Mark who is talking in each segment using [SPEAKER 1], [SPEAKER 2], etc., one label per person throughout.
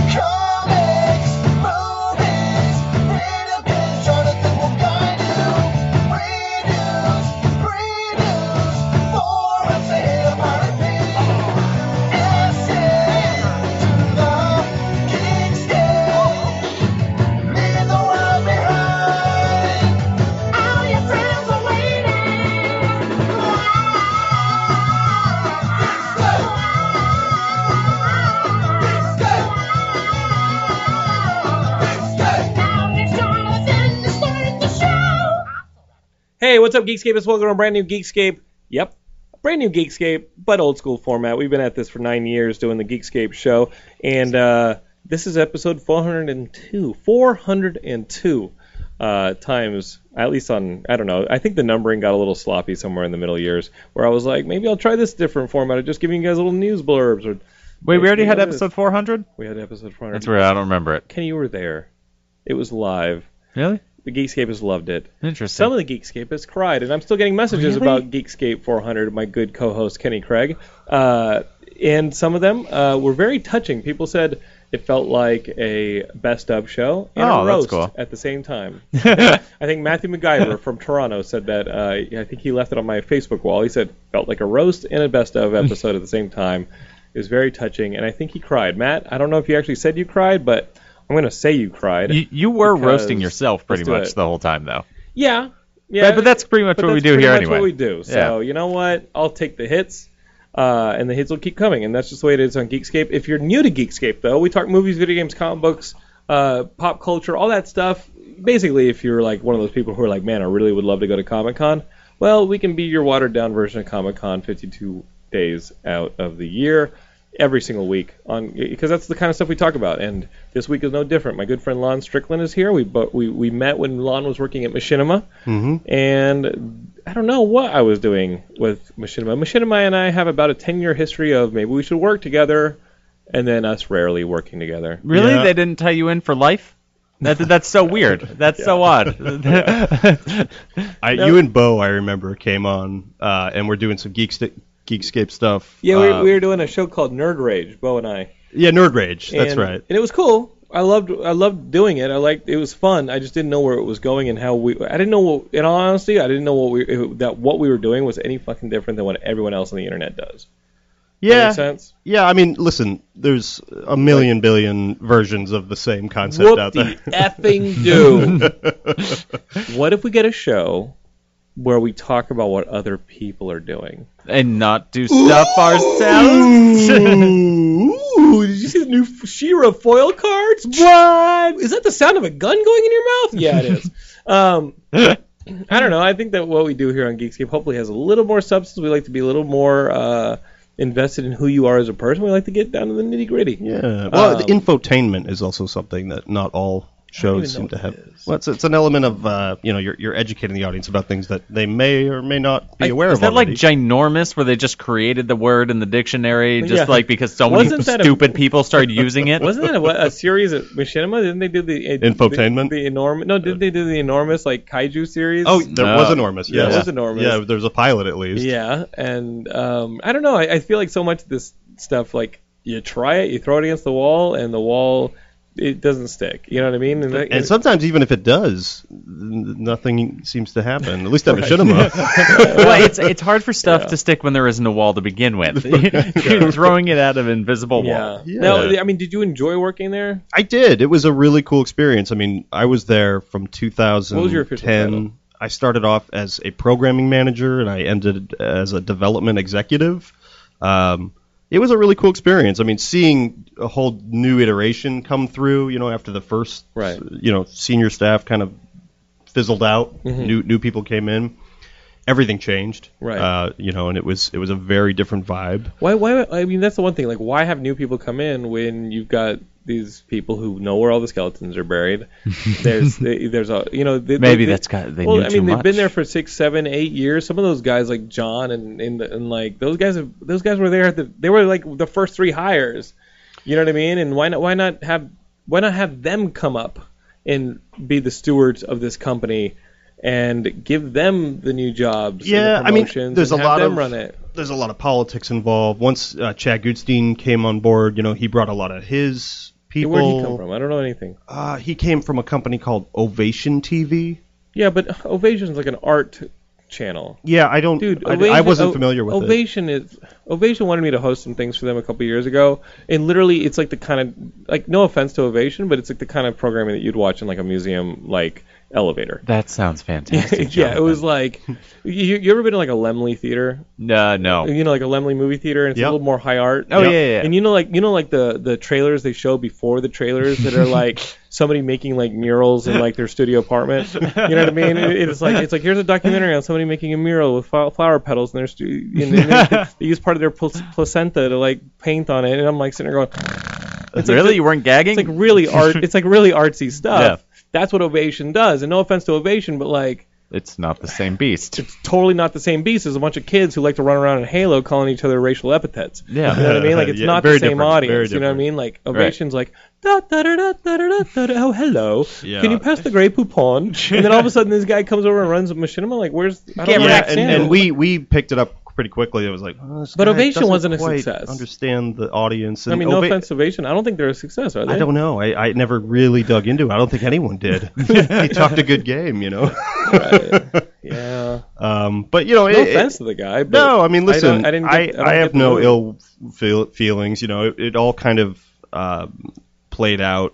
[SPEAKER 1] Comics, movies, interviews, Jonathan will guide you. Reviews, previews, forums to hit up our feed. Essays to the geeks game. Leave the world behind. All your friends are waiting.
[SPEAKER 2] Hey, what's up, Geekscape? It's welcome to a brand new Geekscape. Yep, a brand new Geekscape, but old school format. We've been at this for nine years doing the Geekscape show, and uh, this is episode 402. 402 uh, times, at least on, I don't know, I think the numbering got a little sloppy somewhere in the middle years, where I was like, maybe I'll try this different format of just giving you guys little news blurbs. Or
[SPEAKER 3] Wait, we already had
[SPEAKER 2] Basically,
[SPEAKER 3] episode 400?
[SPEAKER 2] we had episode 400.
[SPEAKER 3] That's weird. I don't remember it.
[SPEAKER 2] Kenny, you were there. It was live.
[SPEAKER 3] Really?
[SPEAKER 2] The Geekscapists loved it.
[SPEAKER 3] Interesting.
[SPEAKER 2] Some of the Geekscapists cried, and I'm still getting messages
[SPEAKER 3] Really?
[SPEAKER 2] about Geekscape 400, my good co-host Kenny Craig. Uh, and some of them uh, were very touching. People said it felt like a best of show and a
[SPEAKER 3] Oh, that's
[SPEAKER 2] roast
[SPEAKER 3] cool.
[SPEAKER 2] at the same time. I think Matthew MacGyver from Toronto said that. Uh, I think he left it on my Facebook wall. He said felt like a roast and a best of episode at the same time. It was very touching, and I think he cried. Matt, I don't know if you actually said you cried, but I'm going to say you cried.
[SPEAKER 3] you, you were
[SPEAKER 2] Because-
[SPEAKER 3] roasting yourself pretty
[SPEAKER 2] let's do
[SPEAKER 3] much
[SPEAKER 2] it.
[SPEAKER 3] the whole time, though.
[SPEAKER 2] Yeah. Yeah.
[SPEAKER 3] But- but that's pretty much
[SPEAKER 2] but
[SPEAKER 3] what we
[SPEAKER 2] that's
[SPEAKER 3] do
[SPEAKER 2] pretty
[SPEAKER 3] here
[SPEAKER 2] much
[SPEAKER 3] anyway.
[SPEAKER 2] what we do. So, you know what? I'll take the hits. Uh, and the hits will keep coming, and that's just the way it is on Geekscape. If you're new to Geekscape, though, we talk movies, video games, comic books, uh, pop culture, all that stuff. Basically, if you're like one of those people who are like, man, I really would love to go to Comic Con, well, we can be your watered down version of Comic Con 52 days out of the year, every single week, on because that's the kind of stuff we talk about. And this week is no different. My good friend Lon Strickland is here. We but we, we met when Lon was working at Machinima, and I don't know what I was doing with Machinima. Machinima and I have about a 10 year history of maybe we should work together, and then us rarely working together.
[SPEAKER 3] Really?
[SPEAKER 4] Yeah.
[SPEAKER 3] They didn't tie you in for life? That, that's so weird. That's so odd.
[SPEAKER 4] I, You and Bo, I remember, came on, uh, and we're doing some Geek Geekscape stuff.
[SPEAKER 2] Yeah, we,
[SPEAKER 4] uh,
[SPEAKER 2] we were doing a show called Nerd Rage, Bo and I.
[SPEAKER 4] yeah, Nerd Rage. That's
[SPEAKER 2] and,
[SPEAKER 4] right.
[SPEAKER 2] And it was cool. I loved I loved doing it. I liked it was fun. I just didn't know where it was going and how we. I didn't know what. In all honesty, I didn't know what we if, that what we were doing was any fucking different than what everyone else on the internet does.
[SPEAKER 4] Yeah.
[SPEAKER 2] Make sense?
[SPEAKER 4] Yeah, I mean, listen, there's a million billion versions of the same concept
[SPEAKER 2] Whoop
[SPEAKER 4] out
[SPEAKER 2] the
[SPEAKER 4] there.
[SPEAKER 2] effing do. what if we get a show where we talk about what other people are doing?
[SPEAKER 3] and not do stuff ourselves?
[SPEAKER 2] Ooh, did you see the new F- She-Ra foil cards? What? Is that the sound of a gun going in your mouth? Yeah, it is. um, I don't know. I think that what we do here on Geekscape hopefully has a little more substance. We like to be a little more uh, invested in who you are as a person. We like to get down to the nitty gritty.
[SPEAKER 4] yeah. Well, the
[SPEAKER 2] Um,
[SPEAKER 4] infotainment is also something that not all shows
[SPEAKER 2] even know
[SPEAKER 4] seem to
[SPEAKER 2] what
[SPEAKER 4] have.
[SPEAKER 2] that is.
[SPEAKER 4] Well, it's, it's an element of, uh, you know, you're, you're educating the audience about things that they may or may not be aware
[SPEAKER 3] Is
[SPEAKER 4] of
[SPEAKER 3] that like
[SPEAKER 4] already.
[SPEAKER 3] ginormous, where they just created the word in the dictionary just
[SPEAKER 2] Yeah.
[SPEAKER 3] like because so many
[SPEAKER 2] Wasn't that a-
[SPEAKER 3] stupid people started using it?
[SPEAKER 2] Wasn't that a, a series at Machinima? Didn't they do the uh,
[SPEAKER 4] Infotainment?
[SPEAKER 2] The, the enormous? No, did they do the enormous like kaiju series?
[SPEAKER 4] Oh, there
[SPEAKER 3] No.
[SPEAKER 4] was enormous.
[SPEAKER 2] Yeah,
[SPEAKER 4] Yes.
[SPEAKER 2] it was enormous.
[SPEAKER 4] Yeah, there was a pilot at least.
[SPEAKER 2] Yeah, and um, I don't know. I, I feel like so much of this stuff, like you try it, you throw it against the wall, and the wall it doesn't stick. You know what I mean? And, that-
[SPEAKER 4] And sometimes even if it does, n- nothing seems to happen. At least at a machinima.
[SPEAKER 3] well, it's it's hard for stuff to stick when there isn't a wall to begin with. You're throwing it at an invisible
[SPEAKER 2] yeah.
[SPEAKER 3] wall.
[SPEAKER 2] Now,
[SPEAKER 4] Yeah.
[SPEAKER 2] I mean, did you enjoy working there?
[SPEAKER 4] I did. It was a really cool experience. I mean, I was there from 2010.
[SPEAKER 2] What was your official title?
[SPEAKER 4] I started off as a programming manager and I ended as a development executive. Um, it was a really cool experience. I mean, seeing a whole new iteration come through, you know, after the first,
[SPEAKER 2] Right.
[SPEAKER 4] you know, senior staff kind of fizzled out, new new people came in, everything changed,
[SPEAKER 2] Mm-hmm. Right.
[SPEAKER 4] Uh, you know, and it was it was a very different vibe.
[SPEAKER 2] Why? Why? I mean, that's the one thing. Like, why have new people come in when you've got these people who know where all the skeletons are buried? There's, there's a, you know, they,
[SPEAKER 3] Maybe
[SPEAKER 2] they-
[SPEAKER 3] that's got- they
[SPEAKER 2] well,
[SPEAKER 3] knew
[SPEAKER 2] I mean,
[SPEAKER 3] too
[SPEAKER 2] they've
[SPEAKER 3] much.
[SPEAKER 2] been there for six, seven, eight years. Some of those guys, like John, and and, and like those guys, have, those guys were there. At the, they were like the first three hires. You know what I mean? And why not? Why not have? Why not have them come up and be the stewards of this company? And give them the new jobs.
[SPEAKER 4] yeah,
[SPEAKER 2] and the
[SPEAKER 4] I mean,
[SPEAKER 2] promotions
[SPEAKER 4] there's a
[SPEAKER 2] and have
[SPEAKER 4] lot
[SPEAKER 2] them
[SPEAKER 4] of
[SPEAKER 2] run it.
[SPEAKER 4] there's a lot of politics involved. Once uh, Chad Goodstein came on board, you know, he brought a lot of his people.
[SPEAKER 2] Where would he come from? I don't know anything.
[SPEAKER 4] Uh, he came from a company called Ovation TV.
[SPEAKER 2] Yeah, but Ovation's like an art channel.
[SPEAKER 4] Yeah, I don't.
[SPEAKER 2] Dude,
[SPEAKER 4] I,
[SPEAKER 2] Ovation,
[SPEAKER 4] I wasn't
[SPEAKER 2] O-
[SPEAKER 4] familiar with it.
[SPEAKER 2] Ovation is Ovation wanted me to host some things for them a couple years ago, and literally it's like the kind of like no offense to Ovation, but it's like the kind of programming that you'd watch in like a museum like elevator.
[SPEAKER 3] That sounds fantastic.
[SPEAKER 2] yeah, it was like you, you ever been to like a Lemley theater?
[SPEAKER 3] No, Uh, no.
[SPEAKER 2] You know, like a Lemley movie theater, and it's
[SPEAKER 4] Yep.
[SPEAKER 2] a little more high art.
[SPEAKER 3] Oh, Yep. yeah, yeah, yeah.
[SPEAKER 2] And you know, like you know, like the the trailers they show before the trailers that are like somebody making like murals in like their studio apartment. You know what I mean? It- it's like it's like here's a documentary on somebody making a mural with fl- flower petals in their studio. And, and they, they use part of their pl- placenta to like paint on it, and I'm like sitting there going,
[SPEAKER 3] really, you weren't gagging?
[SPEAKER 2] it's like really art. It's like really artsy stuff.
[SPEAKER 3] Yeah.
[SPEAKER 2] That's what Ovation does. And no offense to Ovation, but like
[SPEAKER 3] it's not the same beast.
[SPEAKER 2] totally not the same beast as a bunch of kids who like to run around in Halo calling each other racial epithets.
[SPEAKER 3] Yeah.
[SPEAKER 2] You know what I mean? Like it's
[SPEAKER 4] Yeah,
[SPEAKER 2] not the
[SPEAKER 4] very
[SPEAKER 2] same
[SPEAKER 4] different, very
[SPEAKER 2] audience. You know what I
[SPEAKER 4] different.
[SPEAKER 2] mean? Like Ovation's like da da da da da da da da. Oh hello.
[SPEAKER 4] Yeah.
[SPEAKER 2] Can you pass the Grey Poupon? and then all of a sudden this guy comes over and runs a machinima. Like where's I don't
[SPEAKER 3] Camera
[SPEAKER 2] know.
[SPEAKER 4] yeah,
[SPEAKER 3] Rex
[SPEAKER 4] and, and we we picked it up pretty quickly. It was like, oh, this
[SPEAKER 2] But
[SPEAKER 4] guy
[SPEAKER 2] Ovation
[SPEAKER 4] doesn't
[SPEAKER 2] wasn't a
[SPEAKER 4] quite
[SPEAKER 2] success.
[SPEAKER 4] Understand the audience.
[SPEAKER 2] I
[SPEAKER 4] and
[SPEAKER 2] mean, no
[SPEAKER 4] Ova-
[SPEAKER 2] offense to Ovation. I don't think they're a success, are they?
[SPEAKER 4] I don't know. I, I never really dug into it. I don't think anyone did. he talked a good game, you know.
[SPEAKER 2] Yeah.
[SPEAKER 4] Um, but you know,
[SPEAKER 2] No
[SPEAKER 4] it, it-
[SPEAKER 2] offense to the guy. But
[SPEAKER 4] No, I mean,
[SPEAKER 2] don't-
[SPEAKER 4] listen, I,
[SPEAKER 2] didn't
[SPEAKER 4] I,
[SPEAKER 2] get- don't get
[SPEAKER 4] have
[SPEAKER 2] the
[SPEAKER 4] no
[SPEAKER 2] move.
[SPEAKER 4] ill feel, feelings. You know, it, it all kind of uh, played out.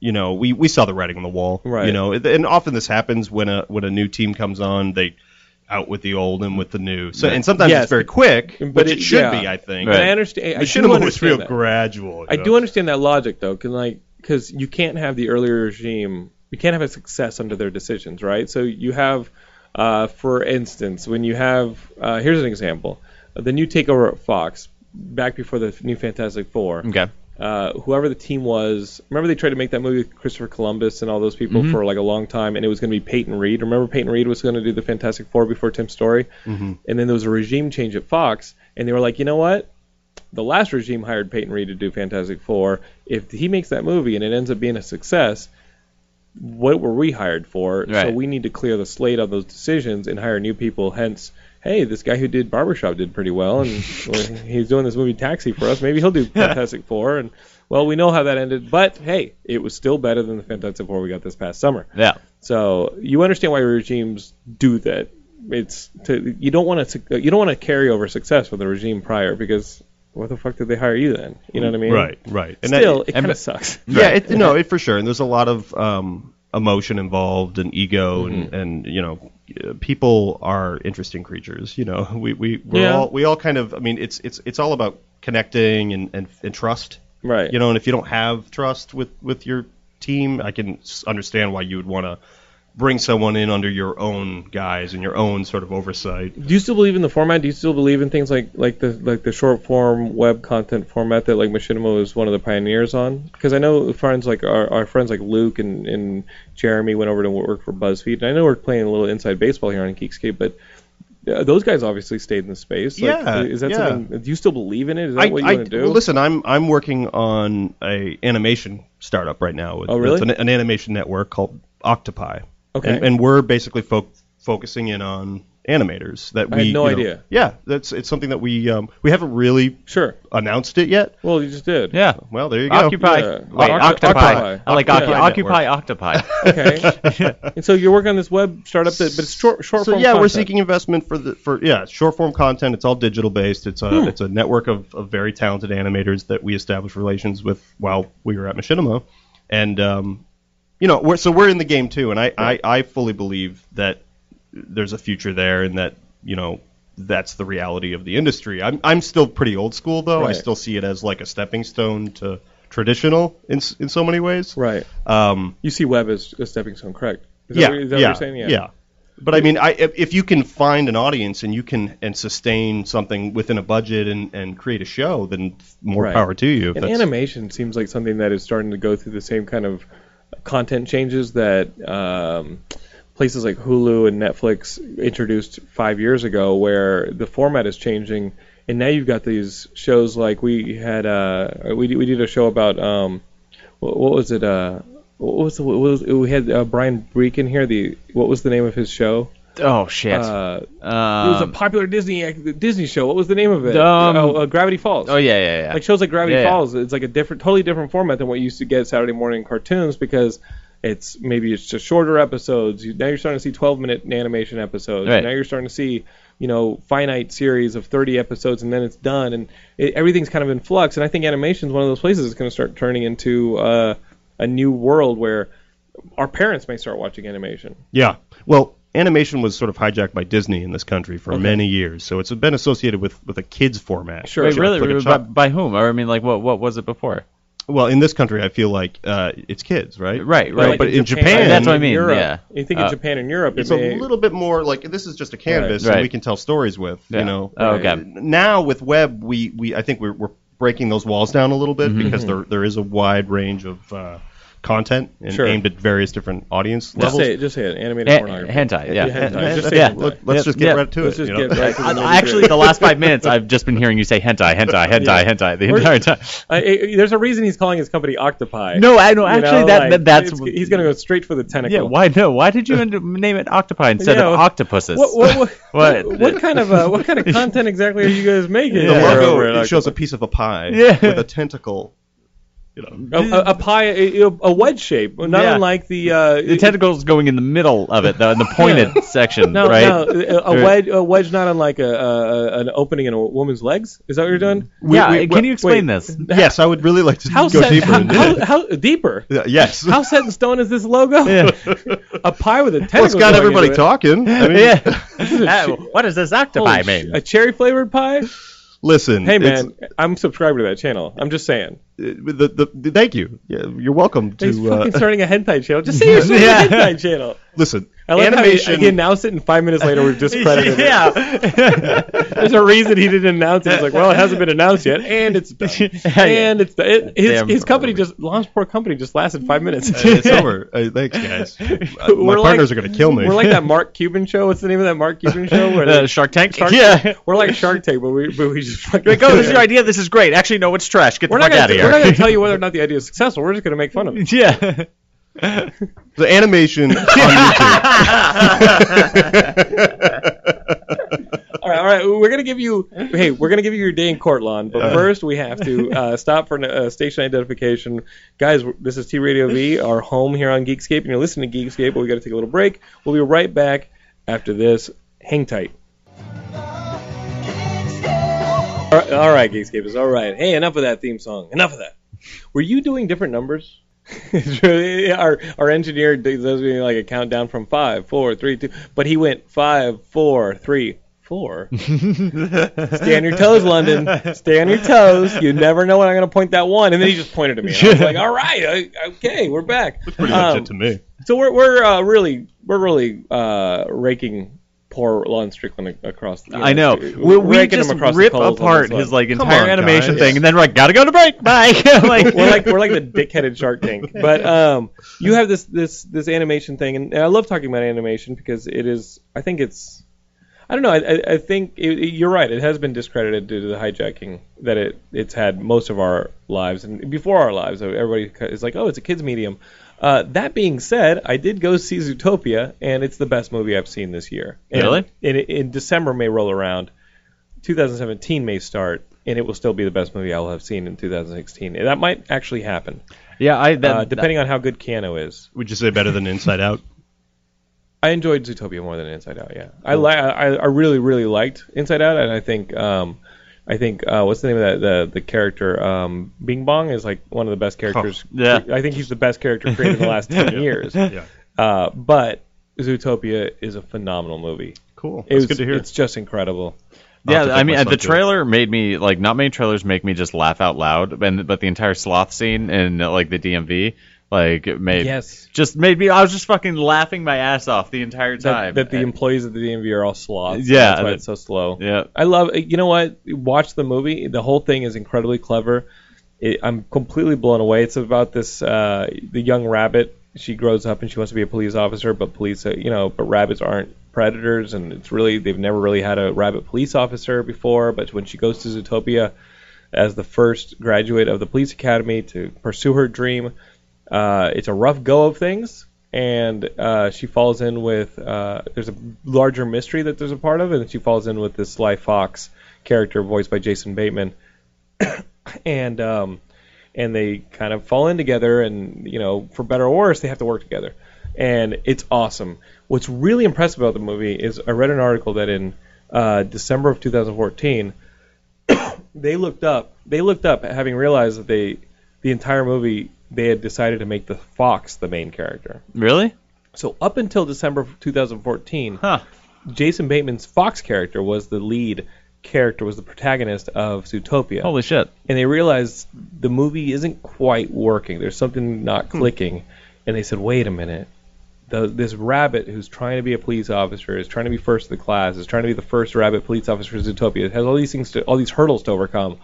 [SPEAKER 4] You know, we, we saw the writing on the wall.
[SPEAKER 2] Right.
[SPEAKER 4] You know, it- and often this happens when a when a new team comes on, they out with the old and with the new. So and sometimes
[SPEAKER 2] Yes.
[SPEAKER 4] it's very quick,
[SPEAKER 2] But
[SPEAKER 4] but,
[SPEAKER 2] it-
[SPEAKER 4] it, should
[SPEAKER 2] yeah.
[SPEAKER 4] be, I
[SPEAKER 2] And
[SPEAKER 4] think.
[SPEAKER 3] Right.
[SPEAKER 2] I understand. I do
[SPEAKER 4] Machinima was
[SPEAKER 2] understand
[SPEAKER 4] real
[SPEAKER 2] that.
[SPEAKER 4] gradual. you
[SPEAKER 2] I
[SPEAKER 4] know?
[SPEAKER 2] do understand that logic though, because like, because you can't have the earlier regime, you can't have a success under their decisions, right? So you have, uh, for instance, when you have, uh, here's an example, the new takeover at Fox, back before the new Fantastic Four.
[SPEAKER 3] Okay.
[SPEAKER 2] Uh, whoever the team was, remember they tried to make that movie with Christopher Columbus and all those people for like a long time, and it was going to be Peyton Reed. Remember Peyton Reed was going to do the Fantastic Four before Tim Story, mm-hmm. and then there was a regime change at Fox, and they were like, you know what? the last regime hired Peyton Reed to do Fantastic Four. If he makes that movie and it ends up being a success, what were we hired for? So
[SPEAKER 3] Right.
[SPEAKER 2] we need to clear the slate on those decisions and hire new people. Hence, hey, this guy who did Barbershop did pretty well, and well, he's doing this movie Taxi for us. Maybe he'll do Fantastic Four. And well, we know how that ended, but hey, it was still better than the Fantastic Four we got this past summer.
[SPEAKER 3] Yeah.
[SPEAKER 2] So you understand why regimes do that. It's to you don't want to you don't want to carry over success with a regime prior because what the fuck did they hire you then? You know what I mean?
[SPEAKER 4] Right, right. And that-
[SPEAKER 2] Still, it
[SPEAKER 3] and-
[SPEAKER 2] kind of sucks.
[SPEAKER 4] Yeah, it, no, it for sure. And there's a lot of um, emotion involved and ego and,
[SPEAKER 2] Mm-hmm.
[SPEAKER 4] and you know, uh, people are interesting creatures. You know, we we we're
[SPEAKER 2] Yeah.
[SPEAKER 4] all we all kind of. I mean, it's it's it's all about connecting and and, and trust.
[SPEAKER 2] Right.
[SPEAKER 4] You know, and if you don't have trust with with your team, I can s- understand why you would want to bring someone in under your own guise and your own sort of oversight.
[SPEAKER 2] Do you still believe in the format? Do you still believe in things like like the like the short form web content format that like Machinima was one of the pioneers on? Because I know friends like our, our friends like Luke and, and Jeremy went over to work for BuzzFeed, and I know we're playing a little inside baseball here on Geekscape, but uh, those guys obviously stayed in the space. Like,
[SPEAKER 4] Yeah,
[SPEAKER 2] Is that
[SPEAKER 4] yeah.
[SPEAKER 2] something? Do you still believe in it? Is that what you want to do?
[SPEAKER 4] well, listen, I'm I'm working on a animation startup right now. With,
[SPEAKER 2] Oh, really?
[SPEAKER 4] It's an, an animation network called Octopi.
[SPEAKER 2] Okay.
[SPEAKER 4] And, and we're basically fo- focusing in on animators that we
[SPEAKER 2] had no
[SPEAKER 4] you know-
[SPEAKER 2] idea.
[SPEAKER 4] Yeah, that's it's something that we um, we haven't really
[SPEAKER 2] Sure.
[SPEAKER 4] announced it yet.
[SPEAKER 2] Well, you just did.
[SPEAKER 3] Yeah.
[SPEAKER 4] Well, there you go.
[SPEAKER 3] Occupy.
[SPEAKER 2] Yeah.
[SPEAKER 3] Wait,
[SPEAKER 2] Occu-
[SPEAKER 3] octopi.
[SPEAKER 2] Octopi.
[SPEAKER 3] I like
[SPEAKER 2] Octopi
[SPEAKER 3] occu- occupy. Octopi.
[SPEAKER 2] Okay. and so you're working on this web startup, that, but it's short, short
[SPEAKER 4] so
[SPEAKER 2] form.
[SPEAKER 4] yeah, we're
[SPEAKER 2] content.
[SPEAKER 4] seeking investment for the for yeah short form content. It's all digital based. It's a
[SPEAKER 2] Hmm.
[SPEAKER 4] it's a network of, of very talented animators that we established relations with while we were at Machinima, and um, you know we're so we're in the game too, and I, I I fully believe that there's a future there, and that you know that's the reality of the industry. I'm I'm still pretty old school though. I
[SPEAKER 2] Right.
[SPEAKER 4] still see it as like a stepping stone to traditional in s- in so many ways.
[SPEAKER 2] Right.
[SPEAKER 4] Um,
[SPEAKER 2] You see web as a stepping stone, correct? Is
[SPEAKER 4] yeah,
[SPEAKER 2] That, what- is that
[SPEAKER 4] yeah,
[SPEAKER 2] what you're saying?
[SPEAKER 4] yeah. But I mean, I, if if you can find an audience and you can and sustain something within a budget and, and create a show, then more
[SPEAKER 2] Right.
[SPEAKER 4] power to you. if
[SPEAKER 2] And
[SPEAKER 4] that's-
[SPEAKER 2] animation seems like something that is starting to go through the same kind of content changes that um, places like Hulu and Netflix introduced five years ago, where the format is changing, and now you've got these shows like we had uh, we did- we did a show about um, what, what was it uh. What was, the, what was we had uh, Brian Breek in here? The what was the name of his show?
[SPEAKER 3] Oh shit.
[SPEAKER 2] Uh, it was a
[SPEAKER 3] um,
[SPEAKER 2] popular Disney Disney show. What was the name of it?
[SPEAKER 3] Um,
[SPEAKER 2] oh, uh, Gravity Falls.
[SPEAKER 3] oh yeah, yeah, yeah.
[SPEAKER 2] Like shows like Gravity
[SPEAKER 3] Yeah, yeah.
[SPEAKER 2] Falls, it's like a different, totally different format than what you used to get Saturday morning cartoons because it's maybe it's just shorter episodes. You, now you're starting to see 12 minute animation episodes.
[SPEAKER 3] Right.
[SPEAKER 2] Now you're starting to see you know finite series of 30 episodes and then it's done and it, everything's kind of in flux. And I think animation is one of those places that's going to start turning into uh, a new world where our parents may start watching animation.
[SPEAKER 4] Yeah. Well, animation was sort of hijacked by Disney in this country for many years, so it's been associated with, with a kids format.
[SPEAKER 2] Sure.
[SPEAKER 3] Wait,
[SPEAKER 2] sure.
[SPEAKER 3] really?
[SPEAKER 4] Like a
[SPEAKER 3] really, by,
[SPEAKER 4] chop-
[SPEAKER 3] by whom? Or I mean, like, what what was it before?
[SPEAKER 4] Well, in this country, I feel like uh, it's kids, right?
[SPEAKER 3] Right, right.
[SPEAKER 4] but in Japan,
[SPEAKER 3] That's what I
[SPEAKER 2] in
[SPEAKER 3] mean,
[SPEAKER 2] Europe,
[SPEAKER 3] yeah.
[SPEAKER 2] You think in
[SPEAKER 3] Uh,
[SPEAKER 2] Japan and Europe,
[SPEAKER 4] it's
[SPEAKER 2] it may,
[SPEAKER 4] a little bit more like this is just a canvas
[SPEAKER 3] Right.
[SPEAKER 4] and we can tell stories with
[SPEAKER 3] Yeah.
[SPEAKER 4] you know
[SPEAKER 3] Oh, okay.
[SPEAKER 4] Uh, now with web we, we i think we're, we're breaking those walls down a little bit
[SPEAKER 2] Mm-hmm.
[SPEAKER 4] because there there is a wide range of uh, content and
[SPEAKER 2] Sure.
[SPEAKER 4] aimed at various different audience
[SPEAKER 2] Just
[SPEAKER 4] levels
[SPEAKER 2] say, it, just say it. Animated
[SPEAKER 3] Eh,
[SPEAKER 2] pornography.
[SPEAKER 3] hentai.
[SPEAKER 2] Yeah,
[SPEAKER 3] Yeah.
[SPEAKER 2] hentai.
[SPEAKER 4] Just
[SPEAKER 2] Just
[SPEAKER 4] say
[SPEAKER 2] say
[SPEAKER 3] yeah.
[SPEAKER 2] hentai.
[SPEAKER 4] Look, let's
[SPEAKER 3] Yeah.
[SPEAKER 4] just get
[SPEAKER 3] Yeah.
[SPEAKER 4] right to
[SPEAKER 2] Let's
[SPEAKER 4] it
[SPEAKER 2] just
[SPEAKER 4] you know?
[SPEAKER 2] get right to the
[SPEAKER 3] I-
[SPEAKER 2] nitty-gritty.
[SPEAKER 3] actually, the last five minutes, I've just been hearing you say hentai, hentai, hentai, hentai the
[SPEAKER 2] We're-
[SPEAKER 3] entire time.
[SPEAKER 2] I, I- Uh, there's a reason he's calling his company Octopi.
[SPEAKER 3] No, I no,
[SPEAKER 2] You know,
[SPEAKER 3] actually, that,
[SPEAKER 2] like,
[SPEAKER 3] that that's
[SPEAKER 2] it's- he's gonna go straight for the tentacle.
[SPEAKER 3] Yeah, why no? Why did you end up- name it octopi instead
[SPEAKER 2] Yeah,
[SPEAKER 3] of
[SPEAKER 2] what-
[SPEAKER 3] octopuses?
[SPEAKER 2] What what what,
[SPEAKER 3] What?
[SPEAKER 2] what, kind of uh, what kind of content exactly are you guys making?
[SPEAKER 4] the
[SPEAKER 3] Yeah.
[SPEAKER 4] logo
[SPEAKER 2] Over at
[SPEAKER 4] it shows a piece of a pie
[SPEAKER 3] Yeah.
[SPEAKER 4] with a tentacle you know
[SPEAKER 2] Octopi? a, a, a pie, a, a wedge shape, not
[SPEAKER 3] Yeah.
[SPEAKER 2] unlike the uh,
[SPEAKER 3] the tentacle's going in the middle of it, though, in the pointed section,
[SPEAKER 2] No,
[SPEAKER 3] right?
[SPEAKER 2] no, a- a wedge, a wedge, not unlike a, a, a- an opening in a woman's legs. Is that what you're doing?
[SPEAKER 3] yeah,
[SPEAKER 4] we- we-
[SPEAKER 3] can you explain
[SPEAKER 2] wait.
[SPEAKER 3] this?
[SPEAKER 4] yes i would really like to
[SPEAKER 2] How
[SPEAKER 4] go
[SPEAKER 2] set,
[SPEAKER 4] deeper
[SPEAKER 2] how,
[SPEAKER 4] into it.
[SPEAKER 2] how, how- deeper?
[SPEAKER 4] Yeah, yes
[SPEAKER 2] How set in stone is this logo? a pie with a tentacle.
[SPEAKER 4] well, it's got
[SPEAKER 2] going
[SPEAKER 4] everybody
[SPEAKER 2] into it.
[SPEAKER 4] talking I mean,
[SPEAKER 3] Yeah. Uh, what does this octopi
[SPEAKER 2] Holy
[SPEAKER 3] mean?
[SPEAKER 2] sh- A cherry flavored pie?
[SPEAKER 4] listen
[SPEAKER 2] Hey
[SPEAKER 4] it's- uh,
[SPEAKER 2] man, I'm subscribed to that channel. I'm just saying.
[SPEAKER 4] the, the, the thank you yeah, you're welcome to
[SPEAKER 2] He's
[SPEAKER 4] uh,
[SPEAKER 2] fucking starting a hentai channel. Just say you're starting
[SPEAKER 3] Yeah.
[SPEAKER 2] a hentai channel.
[SPEAKER 4] Listen,
[SPEAKER 2] I like how
[SPEAKER 4] animation.
[SPEAKER 2] he, he announced it, and five minutes later we've discredited it.
[SPEAKER 3] yeah.
[SPEAKER 2] There's a reason he didn't announce it. He's like, well, it hasn't been announced yet, and it's done. And it's done. It, his,
[SPEAKER 3] Damn
[SPEAKER 2] his company
[SPEAKER 3] early.
[SPEAKER 2] just, Launch Poor Company just lasted five minutes.
[SPEAKER 4] it's over. Uh, thanks, guys. Uh, My
[SPEAKER 2] We're
[SPEAKER 4] partners
[SPEAKER 2] like-
[SPEAKER 4] are gonna kill me.
[SPEAKER 2] We're like that Mark Cuban show. What's the name of that Mark Cuban show? Where
[SPEAKER 3] Uh,
[SPEAKER 2] they-
[SPEAKER 3] Shark Tank.
[SPEAKER 2] Shark
[SPEAKER 3] yeah.
[SPEAKER 2] Tank? We're like Shark Tank, but we, but we just fucking.
[SPEAKER 3] Like, oh, this is your idea. This is great. Actually, no, it's trash. Get the
[SPEAKER 2] We're not
[SPEAKER 3] fuck out of
[SPEAKER 2] gonna- we're not
[SPEAKER 3] here.
[SPEAKER 2] going to tell you whether or not the idea is successful. We're just going to make fun of it.
[SPEAKER 3] Yeah.
[SPEAKER 4] the animation. on YouTube.
[SPEAKER 2] All right, all right. We're gonna give you. Hey, we're gonna give you your day in court, Lon. But first, we have to uh, stop for uh, station identification, guys. This is T Radio V, our home here on Geekscape, and you're listening to Geekscape. But we got to take a little break. We'll be right back after this. Hang tight. All right, all right Geekscape is all right. Hey, enough of that theme song. Enough of that. Were you doing different numbers? our our engineer does me like a countdown from five, four, three, two, but he went five, four, three, four. Stay on your toes, London. Stay on your toes. You never know when I'm gonna point that one, and then he just pointed at me. And I was like, all right, I, okay, we're back.
[SPEAKER 4] Pretty
[SPEAKER 2] Um,
[SPEAKER 4] much it to me.
[SPEAKER 2] so we're we're uh, really we're really uh, raking poor Lon Strickland ac- across. the
[SPEAKER 3] I know. We, we just rip apart his like
[SPEAKER 4] Come
[SPEAKER 3] entire
[SPEAKER 4] on,
[SPEAKER 3] animation
[SPEAKER 4] guys.
[SPEAKER 3] thing, and then we're like, gotta go to break. Bye. like,
[SPEAKER 2] we're like we're like the dickheaded Shark Tank. But um, you have this this this animation thing, and, and I love talking about animation because it is. I think it's. I don't know. I, I, I think it, it- you're right. It has been discredited due to the hijacking that it it's had most of our lives and before our lives. Everybody is like, oh, it's a kids medium. Uh, that being said, I did go see Zootopia, and it's the best movie I've seen this year. And
[SPEAKER 3] Really?
[SPEAKER 2] In, in December may roll around, 2017 may start, and it will still be the best movie I'll have seen in 2016. And that might actually happen,
[SPEAKER 3] Yeah, I that,
[SPEAKER 2] uh, depending on how good Keanu is.
[SPEAKER 4] Would you say better than Inside Out?
[SPEAKER 2] I enjoyed Zootopia more than Inside Out. Yeah,
[SPEAKER 4] Hmm.
[SPEAKER 2] I li- I, I really really liked Inside Out, and I think um, I think uh, what's the name of that the the character um, Bing Bong is like one of the best characters.
[SPEAKER 3] yeah.
[SPEAKER 2] I think he's the best character created in the last ten years.
[SPEAKER 4] Yeah.
[SPEAKER 2] Uh, but Zootopia is a phenomenal movie.
[SPEAKER 4] Cool.
[SPEAKER 2] It
[SPEAKER 4] That's
[SPEAKER 2] was-
[SPEAKER 4] good to hear.
[SPEAKER 2] It's just incredible.
[SPEAKER 4] I'll
[SPEAKER 3] Yeah,
[SPEAKER 4] have to
[SPEAKER 3] I
[SPEAKER 4] take
[SPEAKER 3] mean, uh,
[SPEAKER 4] myself
[SPEAKER 3] the
[SPEAKER 4] to it.
[SPEAKER 3] trailer made me like not many trailers make me just laugh out loud, and but the entire sloth scene and like the DMV, like it made
[SPEAKER 2] Yes.
[SPEAKER 3] just made me. I was just fucking laughing my ass off the entire time.
[SPEAKER 2] That, that the
[SPEAKER 3] And-
[SPEAKER 2] employees of the DMV are all sloths.
[SPEAKER 3] Yeah,
[SPEAKER 2] that's why
[SPEAKER 3] that-
[SPEAKER 2] it's so slow.
[SPEAKER 3] yeah,
[SPEAKER 2] I love. You know what? Watch the movie. The whole thing is incredibly clever. It, I'm completely blown away. It's about this uh, the young rabbit. She grows up and she wants to be a police officer, but police, uh, you know, but rabbits aren't predators, and it's really they've never really had a rabbit police officer before. But when she goes to Zootopia as the first graduate of the police academy to pursue her dream, uh, it's a rough go of things, and uh, she falls in with uh, there's a larger mystery that there's a part of, and she falls in with this Sly Fox character voiced by Jason Bateman, and um, and they kind of fall in together, and you know for better or worse they have to work together, and it's awesome. What's really impressive about the movie is I read an article that in uh, December of 2014 they looked up they looked up having realized that they the entire movie they had decided to make the fox the main character
[SPEAKER 3] really?
[SPEAKER 2] so up until december of 2014
[SPEAKER 3] Huh?
[SPEAKER 2] jason bateman's fox character was the lead character was the protagonist of zootopia
[SPEAKER 3] Holy shit!
[SPEAKER 2] and they realized the movie isn't quite working there's something not
[SPEAKER 3] Hmm.
[SPEAKER 2] clicking and they said wait a minute the, this rabbit who's trying to be a police officer is trying to be first of the class is trying to be the first rabbit police officer for zootopia has all these things to all these hurdles to overcome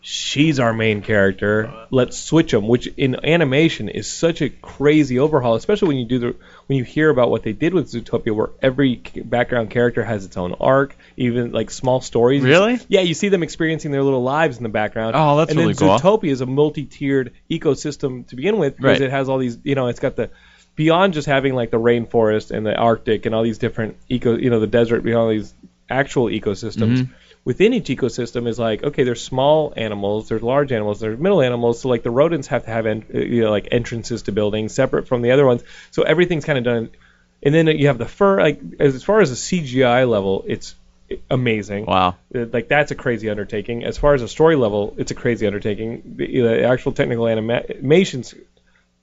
[SPEAKER 2] she's our main character. Let's switch them, which in animation is such a crazy overhaul, especially when you do the when you hear about what they did with Zootopia, where every c- background character has its own arc, even like small stories.
[SPEAKER 3] Really?
[SPEAKER 2] Yeah, you see them experiencing their little lives in the background.
[SPEAKER 3] Oh, that's
[SPEAKER 2] and
[SPEAKER 3] really
[SPEAKER 2] then
[SPEAKER 3] cool.
[SPEAKER 2] Zootopia is a multi-tiered ecosystem to begin with because
[SPEAKER 3] Right.
[SPEAKER 2] it has all these, you know, it's got the beyond just having like the rainforest and the Arctic and all these different eco, you know, the desert beyond all these actual ecosystems.
[SPEAKER 3] Mm-hmm.
[SPEAKER 2] Within each ecosystem is like, okay, there's small animals, there's large animals, there's middle animals. So like the rodents have to have, en- uh, you know, like entrances to buildings separate from the other ones. So everything's kind of done. And then you have the fur. Like as far as a CGI level, it's amazing.
[SPEAKER 3] Wow.
[SPEAKER 2] Uh, like that's a crazy undertaking. As far as a story level, it's a crazy undertaking. The, the actual technical anima- animations,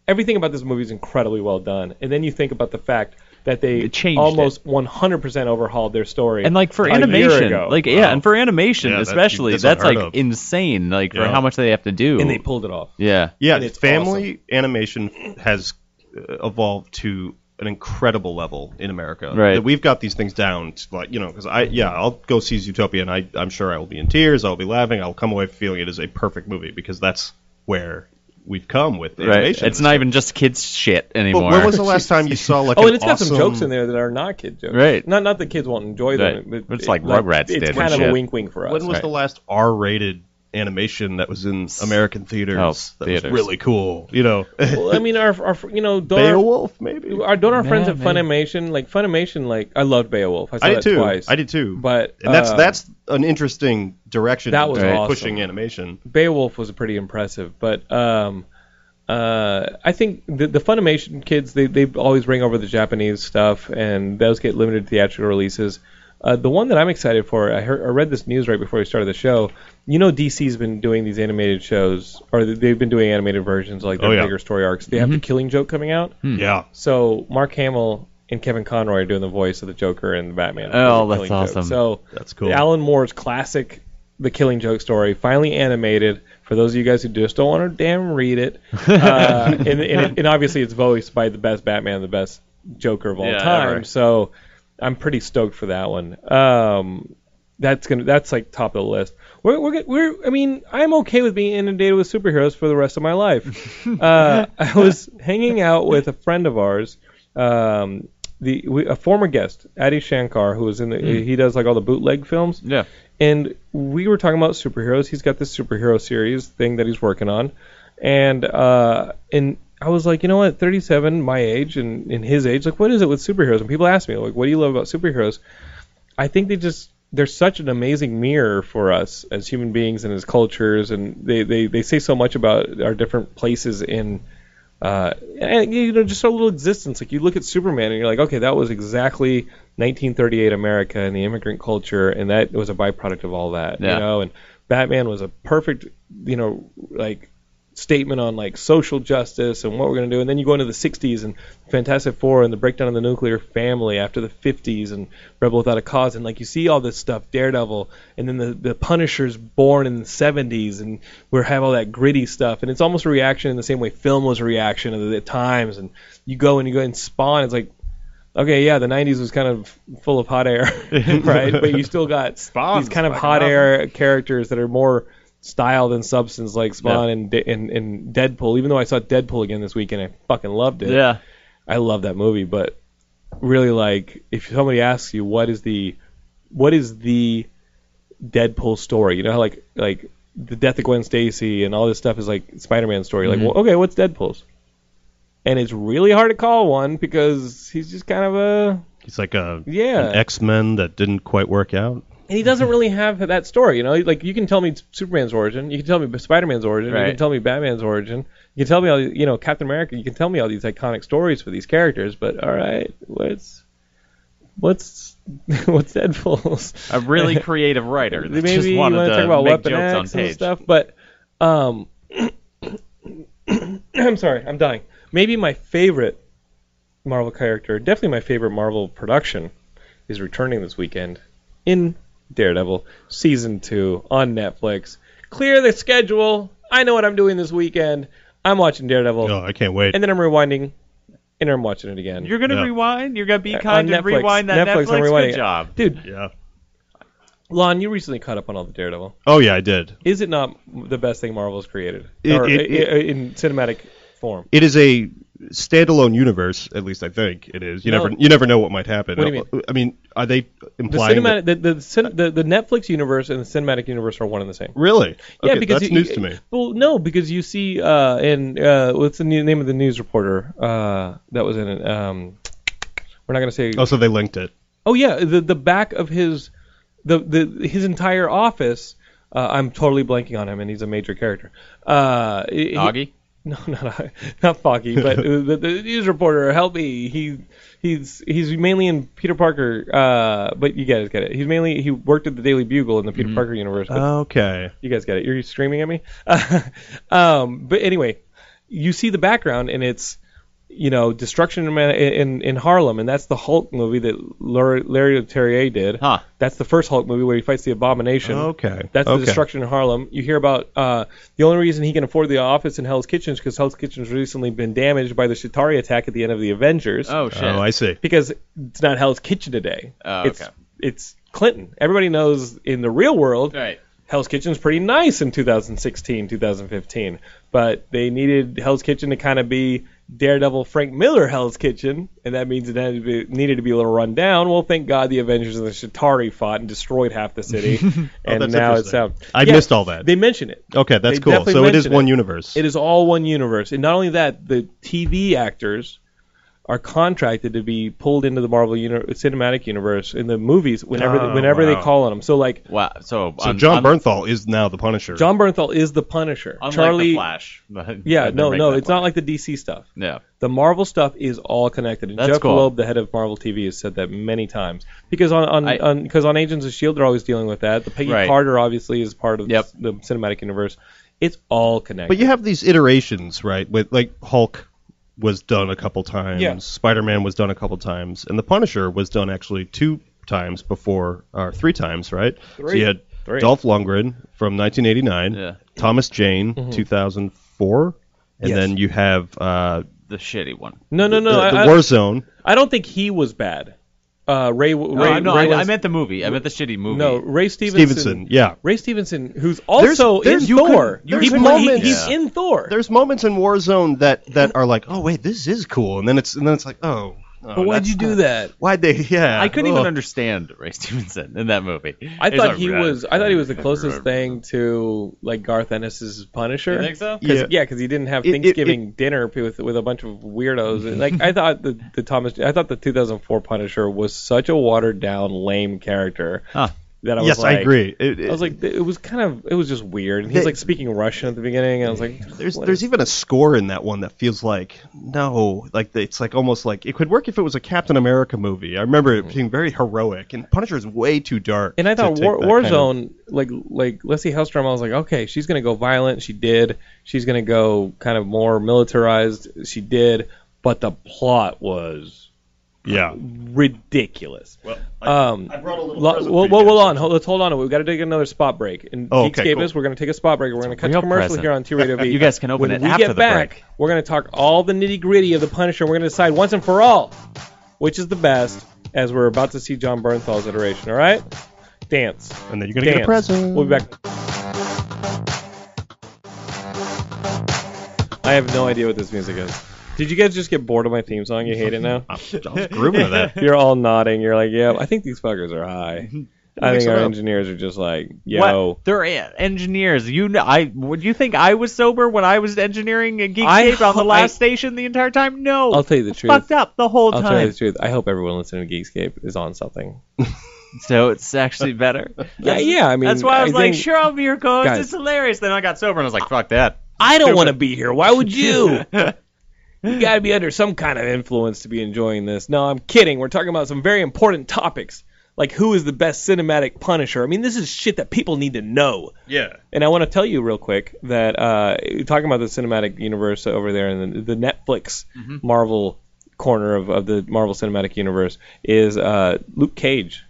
[SPEAKER 2] everything about this movie is incredibly well done. And then you think about the fact that they
[SPEAKER 3] It changed
[SPEAKER 2] almost 100% overhauled their story.
[SPEAKER 3] And like for
[SPEAKER 2] a year
[SPEAKER 3] animation,
[SPEAKER 2] ago.
[SPEAKER 3] like yeah, and for animation
[SPEAKER 4] Yeah, that-
[SPEAKER 3] especially,
[SPEAKER 4] that's
[SPEAKER 3] that's,
[SPEAKER 4] unheard
[SPEAKER 3] like
[SPEAKER 4] of.
[SPEAKER 3] insane. Like for
[SPEAKER 4] Yeah.
[SPEAKER 3] how much they have to do.
[SPEAKER 2] and they pulled it off.
[SPEAKER 3] yeah.
[SPEAKER 4] Yeah,
[SPEAKER 2] And it's
[SPEAKER 4] family animation has uh, evolved to an incredible level in America.
[SPEAKER 3] Right.
[SPEAKER 4] That We've got these things down, to, like you know, because I yeah, I'll go see Zootopia, and I I'm sure I will be in tears. I'll be laughing. I'll come away feeling it is a perfect movie because that's where we've come with
[SPEAKER 3] Right.
[SPEAKER 4] animation.
[SPEAKER 3] It's not even just kids shit
[SPEAKER 4] But
[SPEAKER 3] anymore.
[SPEAKER 4] when was the last time you saw like?
[SPEAKER 2] Oh,
[SPEAKER 4] an
[SPEAKER 2] and it's got some
[SPEAKER 4] awesome-
[SPEAKER 2] jokes in there that are not kid jokes.
[SPEAKER 3] Right.
[SPEAKER 2] Not not that kids won't enjoy them.
[SPEAKER 3] Right. It's like Rugrats
[SPEAKER 2] It's
[SPEAKER 3] did and
[SPEAKER 2] kind of a
[SPEAKER 3] shit.
[SPEAKER 2] wink wink for us.
[SPEAKER 4] When was
[SPEAKER 3] Right.
[SPEAKER 4] the last R-rated animation that was in American theaters
[SPEAKER 3] Oh,
[SPEAKER 4] that
[SPEAKER 3] theaters.
[SPEAKER 4] was really cool? You know,
[SPEAKER 2] well, I mean, our, our you know, Dora,
[SPEAKER 4] Beowulf maybe.
[SPEAKER 2] our don't our friends
[SPEAKER 3] Yeah,
[SPEAKER 2] at
[SPEAKER 3] maybe.
[SPEAKER 2] Funimation like Funimation like I loved Beowulf. I saw
[SPEAKER 4] I
[SPEAKER 2] that
[SPEAKER 4] did too.
[SPEAKER 2] twice.
[SPEAKER 4] I did too.
[SPEAKER 2] But
[SPEAKER 4] and that's
[SPEAKER 2] uh,
[SPEAKER 4] that's an interesting direction
[SPEAKER 2] That was
[SPEAKER 4] to
[SPEAKER 2] awesome.
[SPEAKER 4] pushing animation.
[SPEAKER 2] Beowulf was pretty impressive, but um, uh, I think the, the Funimation kids they, they always bring over the Japanese stuff, and those get limited theatrical releases. Uh, the one that I'm excited for, I, heard, I read this news right before we started the show. You know, DC's been doing these animated shows, or th- they've been doing animated versions like their
[SPEAKER 4] Oh, yeah. Hmm.
[SPEAKER 2] bigger story arcs. They have the Killing Joke coming out,
[SPEAKER 3] Hmm.
[SPEAKER 4] Yeah.
[SPEAKER 2] so Mark Hamill and Kevin Conroy are doing the voice of the Joker and the Batman.
[SPEAKER 3] Oh,
[SPEAKER 2] The Killing
[SPEAKER 3] that's
[SPEAKER 2] Joke.
[SPEAKER 3] awesome.
[SPEAKER 2] So
[SPEAKER 4] That's cool.
[SPEAKER 2] Alan Moore's classic, The Killing Joke story, finally animated. For those of you guys who just don't want to damn read it, uh, and, and, it- and obviously it's voiced by the best Batman, the best Joker of all
[SPEAKER 3] Yeah,
[SPEAKER 2] time.
[SPEAKER 3] ever.
[SPEAKER 2] So I'm pretty stoked for that one. Um, that's gonna that's like top of the list. We're, we're, get- we're I mean I'm okay with being inundated with superheroes for the rest of my life. uh, I was hanging out with a friend of ours, um, the we, a former guest Adi Shankar, who was in the he does like all the bootleg films.
[SPEAKER 3] Yeah.
[SPEAKER 2] And we were talking about superheroes. He's got this superhero series thing that he's working on, and uh, and I was like, you know what, 37, my age and, and his age, like, what is it with superheroes? And people ask me, like, what do you love about superheroes? I think they just they're such an amazing mirror for us as human beings and as cultures, and they they, they say so much about our different places in. Uh, and you know, just our little existence. Like you look at Superman, and you're like, okay, that was exactly 1938 America and the immigrant culture, and that was a byproduct of all that.
[SPEAKER 3] Yeah.
[SPEAKER 2] You know, and Batman was a perfect, you know, like statement on like social justice and what we're going to do. And then you go into the 60s and Fantastic Four and the breakdown of the nuclear family after the 50s and Rebel Without a Cause. And like you see all this stuff, Daredevil, and then the, the Punisher's born in the 70s and we have all that gritty stuff. And it's almost a reaction in the same way film was a reaction at the times. And you go and you go and Spawn, it's like, Okay, yeah, the '90s was kind of full of hot air, right? but you still got
[SPEAKER 3] Spawn's
[SPEAKER 2] these kind of
[SPEAKER 3] fucking
[SPEAKER 2] hot
[SPEAKER 3] awesome.
[SPEAKER 2] air characters that are more style than substance, like Spawn
[SPEAKER 3] Yeah.
[SPEAKER 2] and, De- and and Deadpool. Even though I saw Deadpool again this week and I fucking loved it.
[SPEAKER 3] Yeah.
[SPEAKER 2] I love that movie, but really, like, if somebody asks you what is the what is the Deadpool story, you know, how like like the death of Gwen Stacy and all this stuff is like Spider-Man story.
[SPEAKER 3] Mm-hmm.
[SPEAKER 2] Like, well, okay, what's Deadpool's? And it's really hard to call one because he's just kind of a
[SPEAKER 4] He's like a
[SPEAKER 2] Yeah.
[SPEAKER 4] an X Men that didn't quite work out.
[SPEAKER 2] and he doesn't really have that story, you know. Like you can tell me Superman's origin, you can tell me Spider-Man's origin, you
[SPEAKER 3] Right.
[SPEAKER 2] can tell me Batman's origin, you can tell me all, these- you know, Captain America. You can tell me all these iconic stories for these characters, but all right, what's what's what's Deadpool's?
[SPEAKER 3] A really creative writer. That
[SPEAKER 2] Maybe
[SPEAKER 3] just
[SPEAKER 2] you
[SPEAKER 3] wanted
[SPEAKER 2] want to
[SPEAKER 3] to
[SPEAKER 2] talk about
[SPEAKER 3] make
[SPEAKER 2] Weapon
[SPEAKER 3] jokes
[SPEAKER 2] X
[SPEAKER 3] on page.
[SPEAKER 2] and stuff, but um, I'm sorry, I'm dying. Maybe my favorite Marvel character, definitely my favorite Marvel production, is returning this weekend in Daredevil season two on Netflix. Clear the schedule. I know what I'm doing this weekend. I'm watching Daredevil,
[SPEAKER 4] Oh, I can't wait.
[SPEAKER 2] and then I'm rewinding, and I'm watching it again.
[SPEAKER 3] You're gonna
[SPEAKER 4] Yeah.
[SPEAKER 3] rewind. You're gonna be
[SPEAKER 2] Uh, On
[SPEAKER 3] kind and
[SPEAKER 2] Netflix.
[SPEAKER 3] rewind that Netflix.
[SPEAKER 2] Netflix, I'm rewinding
[SPEAKER 3] Good
[SPEAKER 2] it.
[SPEAKER 3] job.
[SPEAKER 2] dude.
[SPEAKER 4] yeah.
[SPEAKER 2] Lon, you recently caught up on all the Daredevil.
[SPEAKER 4] Oh yeah, I did.
[SPEAKER 2] Is it not the best thing Marvel's created,
[SPEAKER 4] It-
[SPEAKER 2] or
[SPEAKER 4] it-
[SPEAKER 2] i- i- in cinematic form?
[SPEAKER 4] It is a standalone universe. At least I think it is. You
[SPEAKER 2] No.
[SPEAKER 4] never you never know what might happen.
[SPEAKER 2] What do you
[SPEAKER 4] I- I mean, are they
[SPEAKER 2] The
[SPEAKER 4] implying?
[SPEAKER 2] cinematic,
[SPEAKER 4] that-
[SPEAKER 2] the, the, cin- the the Netflix universe and the cinematic universe are one and the same.
[SPEAKER 4] really?
[SPEAKER 2] yeah,
[SPEAKER 4] Okay,
[SPEAKER 2] because
[SPEAKER 4] that's
[SPEAKER 2] you-
[SPEAKER 4] news to me.
[SPEAKER 2] Well, no, because you see, uh, in uh, what's the new name of the news reporter uh, that was in it? Um, we're not gonna say.
[SPEAKER 4] Oh, so they linked it.
[SPEAKER 2] Oh yeah, the the back of his the the his entire office. Uh, I'm totally blanking on him, and he's a major character. Uh, he-
[SPEAKER 3] Augie.
[SPEAKER 2] No, not not Foggy, but the, the news reporter. Help me. He he's he's mainly in Peter Parker. Uh, but you guys get it. He's mainly he worked at the Daily Bugle in the Peter Parker universe.
[SPEAKER 4] Oh,
[SPEAKER 2] But
[SPEAKER 4] Okay.
[SPEAKER 2] you guys get it. You're screaming at me. um, but anyway, you see the background, and it's you know destruction in Man- in, in Harlem, and that's the Hulk movie that Larry, Larry Terrier did.
[SPEAKER 3] Huh.
[SPEAKER 2] That's the first Hulk movie where he fights the Abomination.
[SPEAKER 4] Okay.
[SPEAKER 2] That's
[SPEAKER 4] Okay.
[SPEAKER 2] the destruction in Harlem. You hear about uh, the only reason he can afford the office in Hell's Kitchen is because Hell's Kitchen's recently been damaged by the Shatari attack at the end of the Avengers
[SPEAKER 3] Oh shit.
[SPEAKER 4] Oh, I see.
[SPEAKER 2] because it's not Hell's Kitchen today.
[SPEAKER 3] Oh,
[SPEAKER 2] It's
[SPEAKER 3] okay.
[SPEAKER 2] it's Clinton. Everybody knows in the real world,
[SPEAKER 3] Right.
[SPEAKER 2] Hell's Kitchen's pretty nice in 2016, 2015. But they needed Hell's Kitchen to kind of be Daredevil Frank Miller Hell's Kitchen, and that means it had to be, needed to be a little run down. Well, thank God the Avengers and the Shatari fought and destroyed half the city, and
[SPEAKER 4] Oh, that's
[SPEAKER 2] now it's
[SPEAKER 4] interesting.
[SPEAKER 2] out.
[SPEAKER 4] I missed all that.
[SPEAKER 2] They mention it.
[SPEAKER 4] Okay, that's
[SPEAKER 2] They
[SPEAKER 4] cool.
[SPEAKER 2] definitely
[SPEAKER 4] So it is
[SPEAKER 2] mention
[SPEAKER 4] one universe.
[SPEAKER 2] It is all one universe, and not only that, the TV actors are contracted to be pulled into the Marvel uni- cinematic universe in the movies whenever
[SPEAKER 4] Oh,
[SPEAKER 2] whenever they
[SPEAKER 4] wow.
[SPEAKER 2] call on them. So like
[SPEAKER 3] Wow. So,
[SPEAKER 4] so
[SPEAKER 3] un-
[SPEAKER 4] John
[SPEAKER 3] un-
[SPEAKER 4] Bernthal is now the Punisher.
[SPEAKER 2] John Bernthal is the Punisher.
[SPEAKER 3] unlike
[SPEAKER 2] Charlie.
[SPEAKER 3] the Flash.
[SPEAKER 2] Yeah, no, no, it's not like the DC stuff.
[SPEAKER 3] Yeah.
[SPEAKER 2] The Marvel stuff is all connected. And
[SPEAKER 3] That's
[SPEAKER 2] Jeff
[SPEAKER 3] cool.
[SPEAKER 2] Loeb, the head of Marvel TV, has said that many times because on on
[SPEAKER 3] I-
[SPEAKER 2] on, because on Agents of Shield E they're always dealing with that. The Peggy
[SPEAKER 3] Right.
[SPEAKER 2] Carter obviously is part of
[SPEAKER 3] Yep.
[SPEAKER 2] the cinematic universe. It's all connected.
[SPEAKER 4] But you have these iterations, right? With like Hulk was done a couple times,
[SPEAKER 2] Yeah.
[SPEAKER 4] Spider-Man was done a couple times, and the Punisher was done actually two times before, or three times, right? So
[SPEAKER 2] Three.
[SPEAKER 4] you had
[SPEAKER 2] Three.
[SPEAKER 4] Dolph Lundgren from 1989,
[SPEAKER 3] Yeah.
[SPEAKER 4] Thomas Jane 2004, and
[SPEAKER 2] Mm-hmm. Yes.
[SPEAKER 4] then you have uh,
[SPEAKER 3] The shitty one.
[SPEAKER 2] no, no, no.
[SPEAKER 4] the,
[SPEAKER 2] I,
[SPEAKER 4] the
[SPEAKER 2] I-
[SPEAKER 4] War Zone.
[SPEAKER 2] I don't think he was bad. Uh, Ray. Ray,
[SPEAKER 3] No, I- no,
[SPEAKER 2] Ray
[SPEAKER 3] I, I
[SPEAKER 2] was-
[SPEAKER 3] meant the movie. I meant the shitty movie.
[SPEAKER 2] no. Ray Stevenson.
[SPEAKER 4] Stevenson, yeah.
[SPEAKER 2] Ray Stevenson, who's also
[SPEAKER 4] there's-
[SPEAKER 2] in
[SPEAKER 4] you couldn't-
[SPEAKER 2] Thor.
[SPEAKER 4] there's
[SPEAKER 2] He play- he-
[SPEAKER 4] moments-
[SPEAKER 2] He's in Thor.
[SPEAKER 4] There's moments in Warzone that that are like, oh wait, this is cool, and then it's and then it's like, oh, Oh,
[SPEAKER 2] but why'd
[SPEAKER 4] that's-
[SPEAKER 2] you do that?
[SPEAKER 4] Why'd they? Yeah,
[SPEAKER 3] I couldn't
[SPEAKER 4] ugh.
[SPEAKER 3] even understand Ray Stevenson in that movie.
[SPEAKER 2] I
[SPEAKER 3] It's
[SPEAKER 2] thought
[SPEAKER 3] a
[SPEAKER 2] he
[SPEAKER 3] rat.
[SPEAKER 2] was. I thought he was the
[SPEAKER 3] It's a
[SPEAKER 2] closest
[SPEAKER 3] rat.
[SPEAKER 2] thing to like Garth Ennis's Punisher.
[SPEAKER 3] You think so?
[SPEAKER 2] Cause, yeah,
[SPEAKER 4] Yeah.
[SPEAKER 2] because he didn't have
[SPEAKER 4] It- it-
[SPEAKER 2] Thanksgiving dinner with with a bunch of weirdos. like I thought the the Thomas, I thought the 2004 Punisher was such a watered down, lame character
[SPEAKER 3] Huh.
[SPEAKER 2] that I was
[SPEAKER 4] yes,
[SPEAKER 2] like,
[SPEAKER 4] I agree. It- it-
[SPEAKER 2] I was like, it was kind of, it was just weird. And he's
[SPEAKER 4] They-
[SPEAKER 2] like speaking Russian at the beginning, and I was like,
[SPEAKER 4] There's
[SPEAKER 2] what
[SPEAKER 4] there's
[SPEAKER 2] is-
[SPEAKER 4] even a score in that one that feels like no, like the- it's like almost like it could work if it was a Captain America movie. I remember it being very heroic, and Punisher is way too dark.
[SPEAKER 2] Mm-hmm. and I
[SPEAKER 4] to
[SPEAKER 2] thought
[SPEAKER 4] take
[SPEAKER 2] War,
[SPEAKER 4] that kind of-
[SPEAKER 2] Warzone, like like Leslie Hellstrom, I was like, okay, she's gonna go violent. She did. She's gonna go kind of more militarized. She did. But the plot was
[SPEAKER 4] yeah,
[SPEAKER 2] ridiculous. Well, um, I
[SPEAKER 4] brought a little
[SPEAKER 2] well,
[SPEAKER 4] present
[SPEAKER 2] well,
[SPEAKER 4] for you guys,
[SPEAKER 2] hold on. Hold, let's hold on. We've got to take another spot break. And
[SPEAKER 4] Oh,
[SPEAKER 2] Geekscape
[SPEAKER 4] okay, cool.
[SPEAKER 2] is we're going to take a spot break. We're going to cut to
[SPEAKER 3] real
[SPEAKER 2] commercial
[SPEAKER 3] present.
[SPEAKER 2] here on T Radio V.
[SPEAKER 3] You guys can open
[SPEAKER 2] when
[SPEAKER 3] it
[SPEAKER 2] we
[SPEAKER 3] after
[SPEAKER 2] get
[SPEAKER 3] the
[SPEAKER 2] back,
[SPEAKER 3] break.
[SPEAKER 2] We're going to talk all the nitty gritty of the Punisher. We're going to decide once and for all which is the best, as we're about to see John Bernthal's iteration. All right, dance.
[SPEAKER 4] and then you're gonna
[SPEAKER 2] Dance.
[SPEAKER 4] get a present.
[SPEAKER 2] We'll be back. I have no idea what this music is. Did you guys just get bored of my theme song? You hate it now?
[SPEAKER 4] I was, I was grooving to that.
[SPEAKER 2] You're all nodding. You're like, yeah, I think these fuckers are high. I think our engineers are just like, yo.
[SPEAKER 3] What? They're en- engineers. You know, I would you think I was sober when I was engineering a geek
[SPEAKER 2] I
[SPEAKER 3] tape on the
[SPEAKER 2] ho-
[SPEAKER 3] last
[SPEAKER 2] I-
[SPEAKER 3] station the entire time? No,
[SPEAKER 2] I'll tell you the
[SPEAKER 3] It's
[SPEAKER 2] truth.
[SPEAKER 3] Fucked up the whole
[SPEAKER 2] I'll tell you
[SPEAKER 3] time.
[SPEAKER 2] the truth. I hope everyone listening to Geekscape is on something.
[SPEAKER 3] So it's actually better.
[SPEAKER 2] Yeah, yeah. I mean,
[SPEAKER 3] That's why I was like,
[SPEAKER 2] think-
[SPEAKER 3] sure, I'll be your co-host.
[SPEAKER 2] Guys.
[SPEAKER 3] it's hilarious. Then I got sober and I was like, fuck that.
[SPEAKER 2] I don't want to be here. Why would you? you gotta be under some kind of influence to be enjoying this. No, I'm kidding. We're talking about some very important topics, like who is the best cinematic Punisher. I mean, this is shit that people need to know.
[SPEAKER 4] Yeah,
[SPEAKER 2] And I want to tell you real quick that uh, talking about the cinematic universe over there and the, the Netflix
[SPEAKER 3] Mm-hmm.
[SPEAKER 2] Marvel corner of, of the Marvel Cinematic Universe is uh, Luke Cage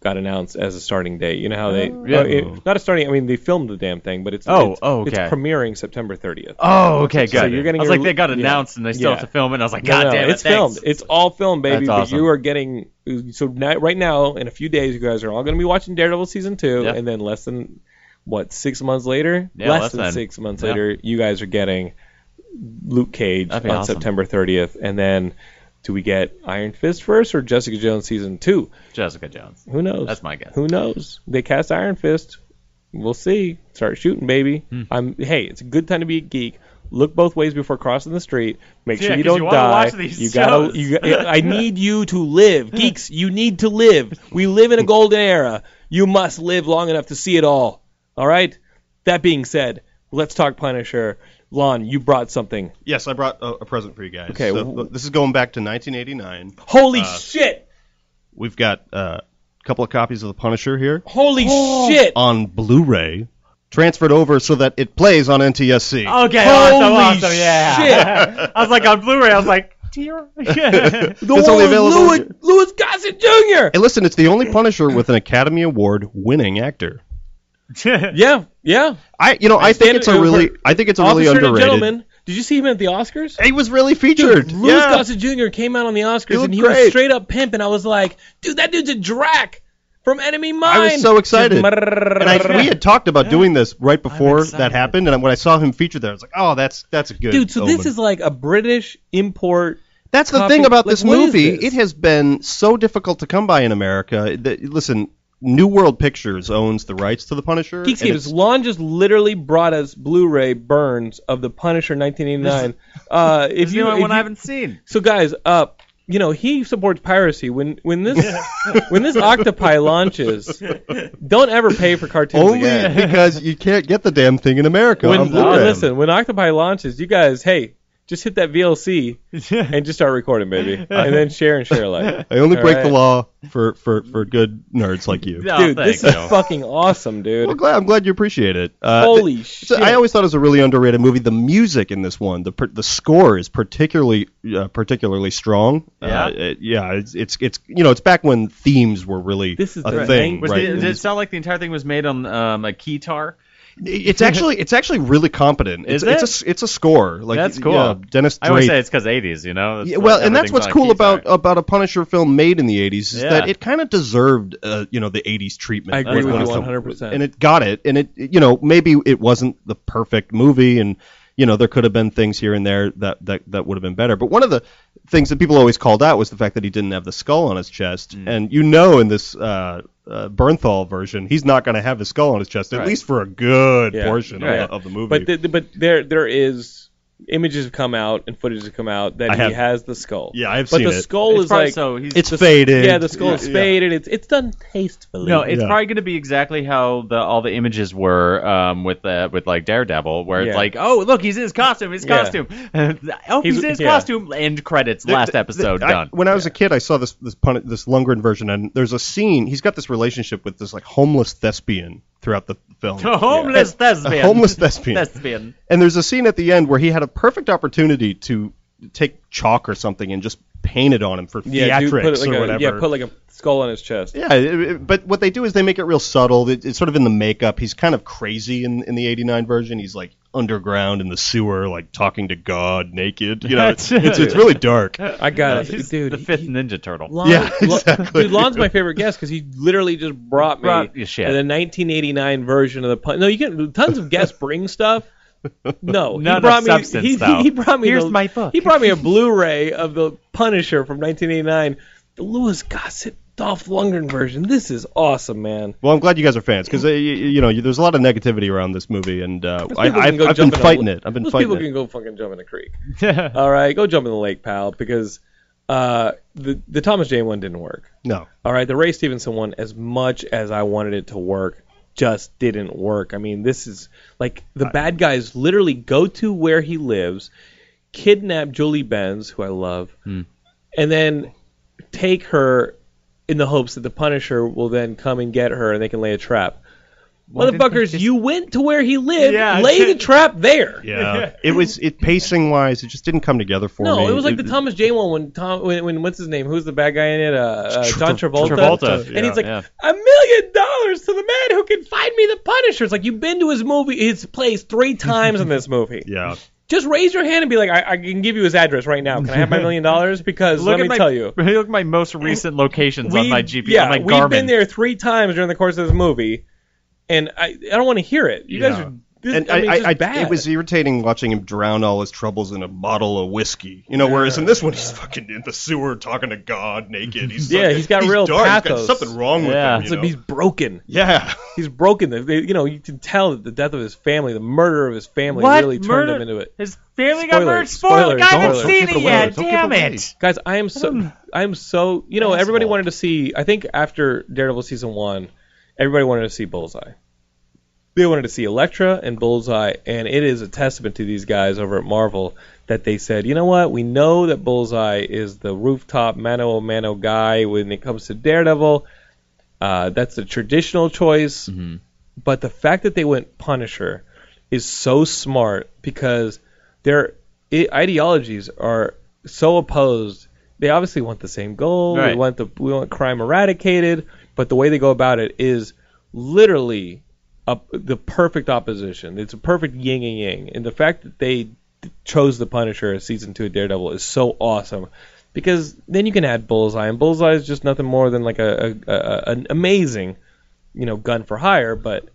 [SPEAKER 2] got announced as a starting date. You know how they
[SPEAKER 3] Yeah.
[SPEAKER 2] oh, it- not a starting. I mean, they filmed the damn thing, but it's
[SPEAKER 3] Oh,
[SPEAKER 2] it's,
[SPEAKER 3] oh,
[SPEAKER 2] it's
[SPEAKER 3] okay.
[SPEAKER 2] premiering September 30th.
[SPEAKER 3] Oh, okay, good.
[SPEAKER 2] So you're getting
[SPEAKER 3] I was
[SPEAKER 2] your-
[SPEAKER 3] like, they got
[SPEAKER 2] yeah.
[SPEAKER 3] announced and they still
[SPEAKER 2] Yeah.
[SPEAKER 3] have to film it. And I was like,
[SPEAKER 2] No,
[SPEAKER 3] God
[SPEAKER 2] no,
[SPEAKER 3] damn it,
[SPEAKER 2] it's
[SPEAKER 3] thanks.
[SPEAKER 2] filmed. It's all filmed, baby.
[SPEAKER 3] That's
[SPEAKER 2] But
[SPEAKER 3] awesome.
[SPEAKER 2] you are getting so now, right now in a few days, you guys are all going to be watching Daredevil season two,
[SPEAKER 3] Yeah.
[SPEAKER 2] and then less than what six months later,
[SPEAKER 3] Yeah,
[SPEAKER 2] less,
[SPEAKER 3] less
[SPEAKER 2] than,
[SPEAKER 3] than.
[SPEAKER 2] six months
[SPEAKER 3] Yeah.
[SPEAKER 2] later, you guys are getting Luke Cage on
[SPEAKER 3] That'd be awesome.
[SPEAKER 2] September 30th, and then do we get Iron Fist first or Jessica Jones season two?
[SPEAKER 3] Jessica Jones.
[SPEAKER 2] Who knows?
[SPEAKER 3] That's my guess.
[SPEAKER 2] Who knows? They cast Iron Fist. We'll see. Start shooting, baby.
[SPEAKER 3] Hmm.
[SPEAKER 2] I'm. Hey, it's a good time to be a geek. Look both ways before crossing the street. Make
[SPEAKER 3] Yeah,
[SPEAKER 2] sure you
[SPEAKER 3] 'cause
[SPEAKER 2] don't
[SPEAKER 3] you wanna
[SPEAKER 2] die.
[SPEAKER 3] watch these
[SPEAKER 2] you gotta.
[SPEAKER 3] shows.
[SPEAKER 2] You, got- I need you to live, geeks. You need to live. We live in a golden era. You must live long enough to see it all. All right. That being said, let's talk Punisher. Lon, you brought something.
[SPEAKER 4] yes, I brought a, a present for you guys.
[SPEAKER 2] Okay,
[SPEAKER 4] so,
[SPEAKER 2] w-
[SPEAKER 4] look, this is going back to 1989.
[SPEAKER 2] Holy
[SPEAKER 3] Uh,
[SPEAKER 2] shit!
[SPEAKER 4] We've got uh, a couple of copies of The Punisher here
[SPEAKER 2] Holy
[SPEAKER 3] oh.
[SPEAKER 2] shit!
[SPEAKER 4] on Blu-ray, transferred over so that it plays on NTSC.
[SPEAKER 2] Oh,
[SPEAKER 3] Okay,
[SPEAKER 2] Holy
[SPEAKER 3] awesome, awesome, yeah. I was like on Blu-ray. I was like, dear.
[SPEAKER 2] The
[SPEAKER 4] It's
[SPEAKER 2] one
[SPEAKER 4] only
[SPEAKER 2] with
[SPEAKER 4] available-
[SPEAKER 2] Louis, Louis Gossett Jr.
[SPEAKER 4] Hey, listen, it's the only Punisher with an Academy Award-winning actor.
[SPEAKER 2] Yeah, yeah.
[SPEAKER 4] I, you know, I think
[SPEAKER 2] stand-
[SPEAKER 4] it's a
[SPEAKER 2] uh,
[SPEAKER 4] really,
[SPEAKER 2] for-
[SPEAKER 4] I think it's a really
[SPEAKER 2] Officer and
[SPEAKER 4] underrated.
[SPEAKER 2] Gentleman. Did you see him at the Oscars?
[SPEAKER 4] He was really featured.
[SPEAKER 2] Louis
[SPEAKER 4] yeah.
[SPEAKER 2] Gossett Jr. came out on the Oscars
[SPEAKER 4] looked
[SPEAKER 2] and he was
[SPEAKER 4] great.
[SPEAKER 2] straight up pimp, and I was like, dude, that dude's a drac from Enemy Mine.
[SPEAKER 4] I was so excited.
[SPEAKER 2] Just
[SPEAKER 4] And I, we had talked about doing this right before that happened, and when I saw him featured there, I was like, "Oh, that's that's a good."
[SPEAKER 2] dude, so this
[SPEAKER 4] omen.
[SPEAKER 2] is like a British import.
[SPEAKER 4] That's the
[SPEAKER 2] copy-
[SPEAKER 4] thing about
[SPEAKER 2] like,
[SPEAKER 4] this
[SPEAKER 2] what is
[SPEAKER 4] movie.
[SPEAKER 2] this?
[SPEAKER 4] It has been so difficult to come by in America. That, listen, New World Pictures owns the rights to the Punisher. and
[SPEAKER 2] Geekscape
[SPEAKER 4] it's-
[SPEAKER 2] is Lon just literally brought us Blu-ray burns of the Punisher 1989. uh, if
[SPEAKER 3] you
[SPEAKER 2] you,
[SPEAKER 3] know
[SPEAKER 2] if
[SPEAKER 3] one I
[SPEAKER 2] you-
[SPEAKER 3] haven't seen.
[SPEAKER 2] So guys, uh, you know he supports piracy. When when this when this octopi launches, don't ever pay for cartoons
[SPEAKER 4] only
[SPEAKER 2] again.
[SPEAKER 4] because you can't get the damn thing in America.
[SPEAKER 2] When
[SPEAKER 4] on
[SPEAKER 2] uh,
[SPEAKER 4] Blu-ray.
[SPEAKER 2] listen, when octopi launches, you guys, hey, just hit that VLC and just start recording, baby, and then share and share alike.
[SPEAKER 4] I only
[SPEAKER 2] All
[SPEAKER 4] break
[SPEAKER 2] right.
[SPEAKER 4] the law for, for, for good nerds like you.
[SPEAKER 3] No,
[SPEAKER 2] Dude,
[SPEAKER 3] Oh, thank
[SPEAKER 2] this
[SPEAKER 3] you.
[SPEAKER 2] is fucking awesome, dude.
[SPEAKER 4] Well, glad, I'm glad you appreciate it. Uh,
[SPEAKER 2] Holy
[SPEAKER 4] th-
[SPEAKER 2] shit.
[SPEAKER 4] I always thought it was a really underrated movie. The music in this one, the per- the score is particularly uh, particularly strong.
[SPEAKER 3] Yeah?
[SPEAKER 4] uh, it- yeah. It's, it's it's you know it's back when themes were really
[SPEAKER 2] This is
[SPEAKER 4] a
[SPEAKER 2] the
[SPEAKER 4] thing.
[SPEAKER 2] thing.
[SPEAKER 3] Was
[SPEAKER 4] right?
[SPEAKER 3] the,
[SPEAKER 4] in
[SPEAKER 3] did it
[SPEAKER 4] these-
[SPEAKER 3] sound like the entire thing was made on um, a keytar?
[SPEAKER 4] It's actually it's actually really competent.
[SPEAKER 3] Is
[SPEAKER 4] it's,
[SPEAKER 3] it?
[SPEAKER 4] It's a s- it's a score. Like
[SPEAKER 3] That's cool.
[SPEAKER 4] Yeah, Dennis
[SPEAKER 3] I always
[SPEAKER 4] Drake.
[SPEAKER 3] say it's because 80s, you know. It's
[SPEAKER 4] Yeah,
[SPEAKER 3] like
[SPEAKER 4] well, and
[SPEAKER 3] uh, everything's
[SPEAKER 4] that's what's
[SPEAKER 3] on a
[SPEAKER 4] cool
[SPEAKER 3] keytar.
[SPEAKER 4] about about a Punisher film made in the '80s is
[SPEAKER 3] Yeah.
[SPEAKER 4] that it kind of deserved, uh, you know, the '80s treatment.
[SPEAKER 2] I agree
[SPEAKER 4] That's
[SPEAKER 2] with
[SPEAKER 4] one
[SPEAKER 2] you
[SPEAKER 4] of the-
[SPEAKER 2] 100%.
[SPEAKER 4] And it got it, and it, you know, maybe it wasn't the perfect movie, and you know there could have been things here and there that that, that would have been better. But one of the things that people always called out was the fact that he didn't have the skull on his chest, and you know in this uh, uh, Bernthal version, he's not going to have his skull on his chest at
[SPEAKER 2] Right.
[SPEAKER 4] least for a good
[SPEAKER 2] Yeah.
[SPEAKER 4] portion
[SPEAKER 2] Yeah.
[SPEAKER 4] Of, the, of the movie.
[SPEAKER 2] But th- th- but there there is images have come out and footage have come out that
[SPEAKER 4] I have-
[SPEAKER 2] he has the skull.
[SPEAKER 4] Yeah, I've
[SPEAKER 2] but
[SPEAKER 4] seen
[SPEAKER 2] the
[SPEAKER 4] it.
[SPEAKER 2] skull is
[SPEAKER 3] probably-
[SPEAKER 2] like
[SPEAKER 3] so he's
[SPEAKER 4] it's faded.
[SPEAKER 2] yeah, the skull is
[SPEAKER 4] Yeah.
[SPEAKER 2] faded. It's it's done tastefully.
[SPEAKER 3] No, it's
[SPEAKER 4] Yeah.
[SPEAKER 3] probably going to be exactly how the all the images were um, with the with like Daredevil, where it's
[SPEAKER 2] Yeah.
[SPEAKER 3] like, oh look, he's in his costume, his
[SPEAKER 2] Yeah.
[SPEAKER 3] costume. oh, he's,
[SPEAKER 2] He's-
[SPEAKER 3] in his
[SPEAKER 2] yeah.
[SPEAKER 3] costume. End credits.
[SPEAKER 4] Th-
[SPEAKER 3] Last
[SPEAKER 4] th-
[SPEAKER 3] episode
[SPEAKER 4] I-
[SPEAKER 3] done.
[SPEAKER 4] when I was a kid, I saw this this pun- this Lundgren version, and there's a scene. He's got this relationship with this like homeless thespian throughout the film.
[SPEAKER 3] a homeless thespian.
[SPEAKER 4] A homeless thespian.
[SPEAKER 3] Oh, thespian.
[SPEAKER 4] And there's a scene at the end where he had a perfect opportunity to take chalk or something and just paint it on him for
[SPEAKER 2] yeah, dude,
[SPEAKER 4] theatrics
[SPEAKER 2] put like
[SPEAKER 4] or
[SPEAKER 2] a,
[SPEAKER 4] whatever.
[SPEAKER 2] yeah, put like a skull on his chest.
[SPEAKER 4] Yeah, it- it- but what they do is they make it real subtle. It, it's sort of in the makeup. He's kind of crazy in, in the '89 version. He's like underground in the sewer, like talking to God naked. You know, it's, it's, it's really dark.
[SPEAKER 2] I got it,
[SPEAKER 3] He's
[SPEAKER 2] dude.
[SPEAKER 3] the
[SPEAKER 2] he-
[SPEAKER 3] fifth Ninja Turtle.
[SPEAKER 2] Lon,
[SPEAKER 4] Yeah,
[SPEAKER 2] Lon-
[SPEAKER 4] exactly.
[SPEAKER 2] Dude, Lon's my favorite guest because he literally just brought me
[SPEAKER 3] Brought you shit.
[SPEAKER 2] the 1989 version of the pun. No, you can tons of guests bring stuff. No,
[SPEAKER 3] None
[SPEAKER 2] he
[SPEAKER 3] of
[SPEAKER 2] brought me.
[SPEAKER 3] substance,
[SPEAKER 2] he,
[SPEAKER 3] though.
[SPEAKER 2] he brought me.
[SPEAKER 3] Here's
[SPEAKER 2] the-
[SPEAKER 3] my book.
[SPEAKER 2] He brought me a Blu-ray of the Punisher from 1989, the Lewis Gossett Dolph Lundgren version. This is awesome, man.
[SPEAKER 4] Well, I'm glad you guys are fans because you, you know you- there's a lot of negativity around this movie, and uh,
[SPEAKER 2] Those people can
[SPEAKER 4] I, I've,
[SPEAKER 2] go
[SPEAKER 4] I've been
[SPEAKER 2] jump in a
[SPEAKER 4] fighting
[SPEAKER 2] la-
[SPEAKER 4] it. I've been
[SPEAKER 2] Those
[SPEAKER 4] fighting
[SPEAKER 2] people
[SPEAKER 4] it.
[SPEAKER 2] can go fucking jump in a creek. All right, go jump in the lake, pal, because uh, the the Thomas Jane one didn't work.
[SPEAKER 4] No,
[SPEAKER 2] All right, the Ray Stevenson one, as much as I wanted it to work, just didn't work. I mean, this is like the bad guys literally go to where he lives, kidnap Julie Benz, who I love, and then take her in the hopes that the Punisher will then come and get her and they can lay a trap. Motherfuckers, you went to where he lived,
[SPEAKER 3] Yeah,
[SPEAKER 2] lay the
[SPEAKER 3] shit.
[SPEAKER 2] trap there.
[SPEAKER 4] yeah, it was it pacing wise, it just didn't come together for me.
[SPEAKER 2] No, it was like the Thomas Jane one when Tom when, when what's his name? Who's the bad guy in it? Uh, uh
[SPEAKER 4] Tra-
[SPEAKER 2] John Travolta.
[SPEAKER 3] Travolta,
[SPEAKER 2] And he's like
[SPEAKER 3] yeah.
[SPEAKER 2] a million dollars to the man who can find me the Punisher. It's like you've been to his movie, his place three times in this movie.
[SPEAKER 4] Yeah,
[SPEAKER 2] Just raise your hand and be like, I, I can give you his address right now. Can I have my million dollars? Because
[SPEAKER 3] Look
[SPEAKER 2] let
[SPEAKER 3] at
[SPEAKER 2] me
[SPEAKER 3] my,
[SPEAKER 2] tell you,
[SPEAKER 3] Look at my most recent locations on
[SPEAKER 2] we-
[SPEAKER 3] my GP.
[SPEAKER 2] Yeah,
[SPEAKER 3] on my
[SPEAKER 2] we've
[SPEAKER 3] Garmin.
[SPEAKER 2] been there three times during the course of this movie, and I I don't want to hear it. You guys
[SPEAKER 4] Yeah.
[SPEAKER 2] are. This,
[SPEAKER 4] and
[SPEAKER 2] I, mean,
[SPEAKER 4] I,
[SPEAKER 2] it's just
[SPEAKER 4] I,
[SPEAKER 2] bad.
[SPEAKER 4] it was irritating watching him drown all his troubles in a bottle of whiskey. You know, whereas in this one he's fucking in the sewer talking to God naked. He's
[SPEAKER 2] Yeah,
[SPEAKER 4] like-
[SPEAKER 2] he's got real
[SPEAKER 4] dark.
[SPEAKER 2] pathos.
[SPEAKER 4] He's got something wrong with
[SPEAKER 3] Yeah.
[SPEAKER 4] him.
[SPEAKER 2] It's
[SPEAKER 4] you
[SPEAKER 2] like
[SPEAKER 4] know?
[SPEAKER 2] he's broken.
[SPEAKER 4] yeah,
[SPEAKER 2] he's broken. The, they, you know, you can tell that the death of his family, the murder of his family,
[SPEAKER 3] What
[SPEAKER 2] really
[SPEAKER 3] Murder-
[SPEAKER 2] turned him into it.
[SPEAKER 3] His family got
[SPEAKER 2] Spoilers,
[SPEAKER 3] murdered. Spoiler.
[SPEAKER 2] spoilers,
[SPEAKER 3] I haven't
[SPEAKER 2] spoilers.
[SPEAKER 3] seen
[SPEAKER 4] Don't
[SPEAKER 3] it
[SPEAKER 4] give away,
[SPEAKER 3] yet.
[SPEAKER 4] don't give
[SPEAKER 3] Damn
[SPEAKER 4] away.
[SPEAKER 3] it.
[SPEAKER 2] Guys, I am
[SPEAKER 3] Um,
[SPEAKER 2] so, I am so. You know, everybody wanted to see. I think after Daredevil season one, everybody wanted to see Bullseye. They wanted to see Elektra and Bullseye, and it is a testament to these guys over at Marvel that they said, you know what? We know that Bullseye is the rooftop mano a mano guy when it comes to Daredevil. Uh, that's the traditional choice. But the fact that they went Punisher is so smart because their i- ideologies are so opposed. They obviously want the same goal.
[SPEAKER 3] Right.
[SPEAKER 2] We want the we want crime eradicated, but the way they go about it is literally a, the perfect opposition. It's a perfect yin and yang. And the fact that they chose the Punisher as season two of Daredevil is so awesome because then you can add Bullseye, and Bullseye is just nothing more than like a, a, a an amazing, you know, gun for hire, but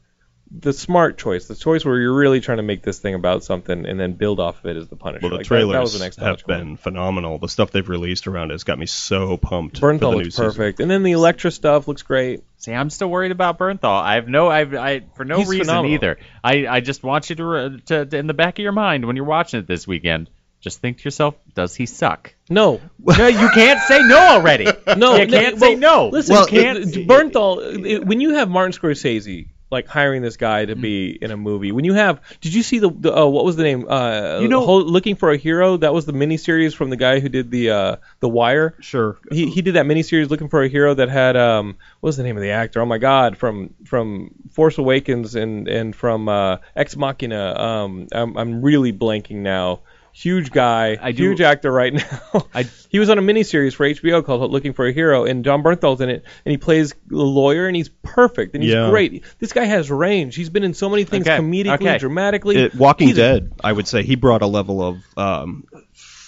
[SPEAKER 2] the smart choice, the choice where you're really trying to make this thing about something and then build off of it is the Punisher.
[SPEAKER 4] Well, the
[SPEAKER 2] Like, that-
[SPEAKER 4] trailers
[SPEAKER 2] that, was the next
[SPEAKER 4] have
[SPEAKER 2] logical one.
[SPEAKER 4] been phenomenal. The stuff they've released around it has got me so pumped. for the
[SPEAKER 2] Bernthal
[SPEAKER 4] new
[SPEAKER 2] looks
[SPEAKER 4] season.
[SPEAKER 2] perfect, and then the Electra stuff looks great.
[SPEAKER 3] See, I'm still worried about Bernthal. I have no, I've, I for no
[SPEAKER 2] He's
[SPEAKER 3] reason
[SPEAKER 2] phenomenal.
[SPEAKER 3] either. I, I just want you to, re- to, to, in the back of your mind when you're watching it this weekend, just think to yourself, does he suck?
[SPEAKER 2] No,
[SPEAKER 3] no, you can't say no already.
[SPEAKER 2] no,
[SPEAKER 3] you can't
[SPEAKER 2] well,
[SPEAKER 3] say no.
[SPEAKER 2] Listen,
[SPEAKER 3] you
[SPEAKER 2] well,
[SPEAKER 3] can't.
[SPEAKER 2] Bernthal, it- when you have Martin Scorsese like hiring this guy to be in a movie, when you have, did you see the, the oh, what was the name? Uh,
[SPEAKER 3] You know-
[SPEAKER 2] Hol- looking for a hero. That was the miniseries from the guy who did the uh, the Wire.
[SPEAKER 4] Sure.
[SPEAKER 2] He, he did that miniseries looking for a hero that had um what was the name of the actor? Oh my God, from from Force Awakens and and from uh, Ex Machina. Um, I'm I'm really blanking now. Huge guy,
[SPEAKER 3] I do-
[SPEAKER 2] huge actor right now.
[SPEAKER 3] I-
[SPEAKER 2] he was on a miniseries for HBO called Looking for a Hero, and John Bernthal's in it, and he plays a lawyer, and he's perfect, and he's
[SPEAKER 4] Yeah.
[SPEAKER 2] great. This guy has range. He's been in so many things
[SPEAKER 3] Okay,
[SPEAKER 2] comedically,
[SPEAKER 3] okay. Uh,
[SPEAKER 2] dramatically.
[SPEAKER 4] It- Walking
[SPEAKER 2] He's a-
[SPEAKER 4] Dead, I would say he brought a level of, um,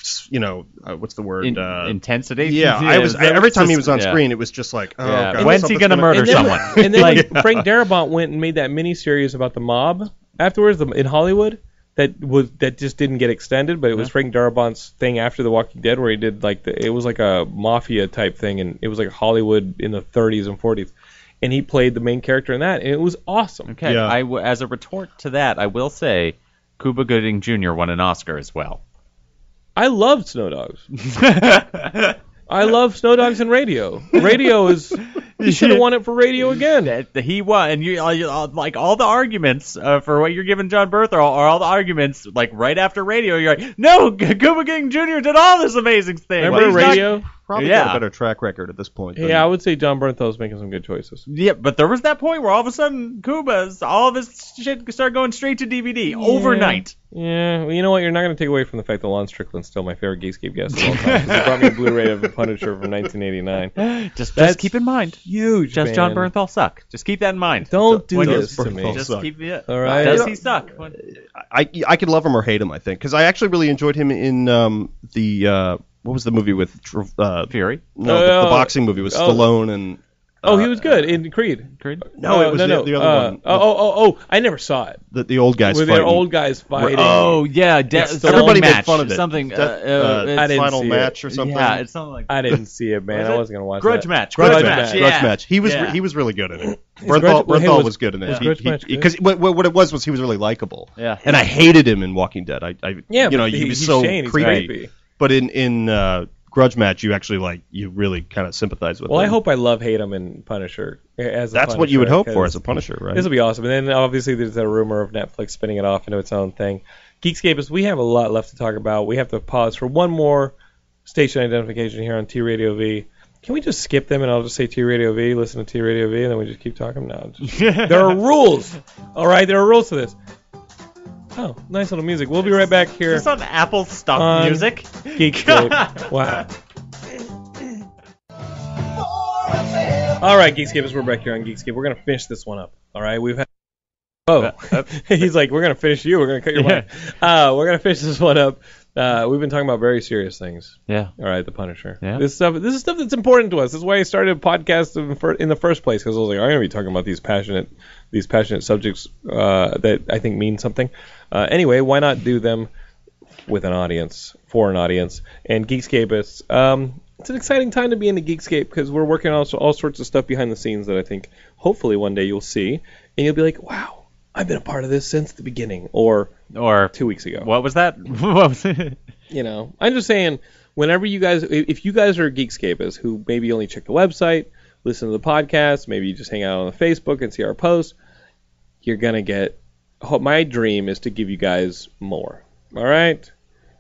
[SPEAKER 4] s- you know, uh, what's the word?
[SPEAKER 3] In-
[SPEAKER 4] uh,
[SPEAKER 3] intensity.
[SPEAKER 4] Yeah, I was
[SPEAKER 3] is that-
[SPEAKER 4] every time he was on
[SPEAKER 3] yeah.
[SPEAKER 4] screen, it was just like, oh
[SPEAKER 3] Yeah.
[SPEAKER 4] god,
[SPEAKER 3] When's he
[SPEAKER 4] something's
[SPEAKER 3] gonna murder
[SPEAKER 2] and then,
[SPEAKER 3] someone?
[SPEAKER 2] and then Frank Darabont went and made that miniseries about the mob afterwards the, in Hollywood. that was that just didn't get extended, but it was Frank Darabont's thing after The Walking Dead, where he did like the, it was like a mafia type thing, and it was like Hollywood in the 30s and 40s, and he played the main character in that, and it was awesome.
[SPEAKER 3] Okay,
[SPEAKER 4] Yeah.
[SPEAKER 3] I w- as a retort to that, I will say Cuba Gooding Jr. won an Oscar as well.
[SPEAKER 2] I loved Snow Dogs. I love Snow Dogs and Radio. Radio is he should have won it for Radio again.
[SPEAKER 3] That that he won, and you all- you- all- like all the arguments uh, for what you're giving John Berthold are all the arguments like right after Radio. You're like, no, G- Cuba Gooding Jr. did all this amazing thing.
[SPEAKER 2] Remember
[SPEAKER 3] Like, he's not-
[SPEAKER 2] Radio?
[SPEAKER 4] Probably
[SPEAKER 3] Yeah.
[SPEAKER 4] got a better track record at this point. than-
[SPEAKER 2] yeah, I would say John Bernthal's making some good choices.
[SPEAKER 3] Yeah, but there was that point where all of a sudden Cuba's all of his shit started going straight to DVD overnight.
[SPEAKER 2] Yeah, well, you know what? You're not going to take away from the fact that Lon Strickland's still my favorite Geekscape guest of all time. 'cause he brought me a Blu-ray of The Punisher from 1989.
[SPEAKER 3] Just,
[SPEAKER 2] That's
[SPEAKER 3] just keep in mind.
[SPEAKER 2] Huge.
[SPEAKER 3] Does John
[SPEAKER 2] man.
[SPEAKER 3] Bernthal suck? Just keep that in mind.
[SPEAKER 2] Don't do
[SPEAKER 3] When you-
[SPEAKER 2] this to
[SPEAKER 4] Bernthal's
[SPEAKER 2] me.
[SPEAKER 3] Just
[SPEAKER 4] suck.
[SPEAKER 3] keep it.
[SPEAKER 2] All right.
[SPEAKER 3] Does he suck? When-
[SPEAKER 4] I, I could love him or hate him, I think, because I actually really enjoyed him in um, the uh, what was the movie with Tr- uh,
[SPEAKER 3] Fury.
[SPEAKER 4] No,
[SPEAKER 2] Oh,
[SPEAKER 4] the, the
[SPEAKER 2] oh,
[SPEAKER 4] boxing movie with
[SPEAKER 2] oh.
[SPEAKER 4] Stallone and
[SPEAKER 2] Oh, he was good in Creed.
[SPEAKER 3] Creed?
[SPEAKER 4] No,
[SPEAKER 2] Uh,
[SPEAKER 4] it was the- the other
[SPEAKER 2] uh,
[SPEAKER 4] one.
[SPEAKER 2] Oh, oh, oh, oh! I never saw it.
[SPEAKER 4] the, the old guys
[SPEAKER 2] Where
[SPEAKER 4] fighting.
[SPEAKER 2] they're old guys fighting.
[SPEAKER 3] Oh yeah, de-
[SPEAKER 2] Yes,
[SPEAKER 3] something
[SPEAKER 4] Everybody
[SPEAKER 3] match,
[SPEAKER 4] made fun of it.
[SPEAKER 3] Something.
[SPEAKER 4] That,
[SPEAKER 3] uh,
[SPEAKER 4] uh,
[SPEAKER 3] uh, it's-
[SPEAKER 2] I didn't
[SPEAKER 4] final
[SPEAKER 2] see it.
[SPEAKER 4] match or something.
[SPEAKER 3] Yeah, it's something like
[SPEAKER 2] I didn't see it, man.
[SPEAKER 3] Was
[SPEAKER 2] I
[SPEAKER 3] it?
[SPEAKER 2] wasn't going to watch
[SPEAKER 3] grudge
[SPEAKER 2] that.
[SPEAKER 3] match.
[SPEAKER 4] Grudge,
[SPEAKER 3] Grudge
[SPEAKER 4] match,
[SPEAKER 3] match.
[SPEAKER 4] grudge
[SPEAKER 3] yeah.
[SPEAKER 4] match. He was
[SPEAKER 3] Yeah.
[SPEAKER 4] he was really good in it.
[SPEAKER 2] Grudge-
[SPEAKER 4] Berthal,
[SPEAKER 2] well, hey,
[SPEAKER 4] Berthal
[SPEAKER 2] was-
[SPEAKER 4] was, good in
[SPEAKER 2] was
[SPEAKER 4] it
[SPEAKER 2] Grudge match good?
[SPEAKER 4] because what, what what it was was he was really likable.
[SPEAKER 3] Yeah.
[SPEAKER 4] and I hated him in Walking Dead. I, I
[SPEAKER 2] Yeah,
[SPEAKER 4] you know
[SPEAKER 2] but
[SPEAKER 4] he,
[SPEAKER 2] he-
[SPEAKER 4] was
[SPEAKER 2] he's
[SPEAKER 4] so
[SPEAKER 2] Shane, he's
[SPEAKER 4] creepy.
[SPEAKER 2] creepy.
[SPEAKER 4] But in in uh, Grudge match, you actually like you really kind of sympathize with.
[SPEAKER 2] Well, I
[SPEAKER 4] him.
[SPEAKER 2] hope I love hate him in Punisher. As a
[SPEAKER 4] that's what you would
[SPEAKER 2] Punisher,
[SPEAKER 4] hope for
[SPEAKER 2] 'cause-
[SPEAKER 4] as a Punisher, right?
[SPEAKER 2] This will be awesome. And then obviously there's that rumor of Netflix spinning it off into its own thing. Geekscape is we have a lot left to talk about. We have to pause for one more station identification here on T Radio V. Can we just skip them and I'll just say T Radio V, listen to T Radio V, and then we just keep talking? No. just- there are rules. All right, there are rules to this. Oh, nice little music. We'll be right back here.
[SPEAKER 3] Is this on Apple stock
[SPEAKER 2] Um,
[SPEAKER 3] music?
[SPEAKER 2] Geekscape. Wow. All right, Geekscapers, we're back here on Geekscape. We're gonna finish this one up. All right, we've had. Oh, he's like, we're gonna finish you. We're gonna cut your mic. Uh, we're gonna finish this one up. Uh, we've been talking about very serious things.
[SPEAKER 3] Yeah.
[SPEAKER 2] All right, the Punisher.
[SPEAKER 3] Yeah.
[SPEAKER 2] This stuff. This is stuff that's important to us. That's why I started a podcast in, fir- in the first place because I was like, I'm gonna be talking about these passionate, these passionate subjects uh, that I think mean something. Uh, anyway, why not do them with an audience for an audience? And Geekscapists. Um, it's an exciting time to be in the Geekscape because we're working on all sorts of stuff behind the scenes that I think hopefully one day you'll see and you'll be like, wow, I've been a part of this since the beginning or
[SPEAKER 3] Or
[SPEAKER 2] two weeks ago
[SPEAKER 3] What was that? what was it?
[SPEAKER 2] you know, I'm just saying, whenever you guys, if if you guys are Geekscapists who maybe only check the website, listen to the podcast, maybe you just hang out on the Facebook and see our posts, you're gonna get. ho- My dream is to give you guys more. All right.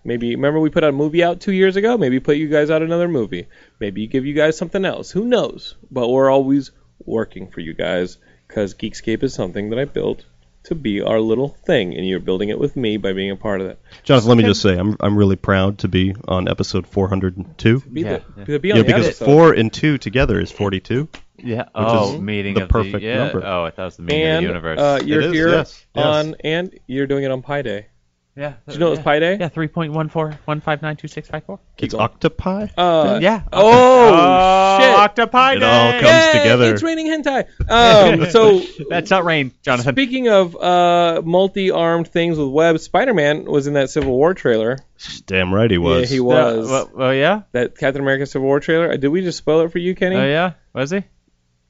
[SPEAKER 2] Maybe remember we put a movie out two years ago. Maybe put you guys out another movie. Maybe give you guys something else. Who knows? But we're always working for you guys because Geekscape is something that I built to be our little thing, and you're building it with me by being a part of it.
[SPEAKER 4] Jonathan, let me just say, I'm I'm really proud to be on episode 402.
[SPEAKER 2] Be
[SPEAKER 3] Yeah,
[SPEAKER 2] the,
[SPEAKER 3] yeah.
[SPEAKER 2] be the- be
[SPEAKER 4] You
[SPEAKER 2] on
[SPEAKER 4] know,
[SPEAKER 2] the
[SPEAKER 4] because
[SPEAKER 2] episode.
[SPEAKER 4] four and two together is 42.
[SPEAKER 3] Yeah. oh,
[SPEAKER 4] is
[SPEAKER 3] meeting
[SPEAKER 4] the
[SPEAKER 3] of
[SPEAKER 4] perfect
[SPEAKER 3] the, yeah.
[SPEAKER 4] number.
[SPEAKER 3] Oh, I thought it was the meeting
[SPEAKER 2] and
[SPEAKER 3] of the universe.
[SPEAKER 2] uh, you're
[SPEAKER 4] It is,
[SPEAKER 2] you're
[SPEAKER 4] yes, yes.
[SPEAKER 2] on and you're doing it on Pi Day.
[SPEAKER 3] yeah.
[SPEAKER 2] Did you know it was Pi Day?
[SPEAKER 3] Yeah, three point one four one five nine two six five four.
[SPEAKER 4] It's octopi.
[SPEAKER 2] Uh,
[SPEAKER 3] Yeah.
[SPEAKER 2] Oh, shit!
[SPEAKER 3] Octopi
[SPEAKER 4] It all
[SPEAKER 3] Day!
[SPEAKER 4] comes-
[SPEAKER 2] Yay,
[SPEAKER 4] together.
[SPEAKER 2] It's raining hentai. Um, so
[SPEAKER 3] That's not rain, Jonathan.
[SPEAKER 2] speaking of uh, multi-armed things with webs, Spider-Man was in that Civil War trailer.
[SPEAKER 4] Damn right he was.
[SPEAKER 2] Yeah, he
[SPEAKER 3] Yeah,
[SPEAKER 2] was.
[SPEAKER 3] well, well, oh, yeah.
[SPEAKER 2] that Captain America Civil War trailer. Uh, Did we just spoil it for you, Kenny?
[SPEAKER 3] Oh, yeah. Was he?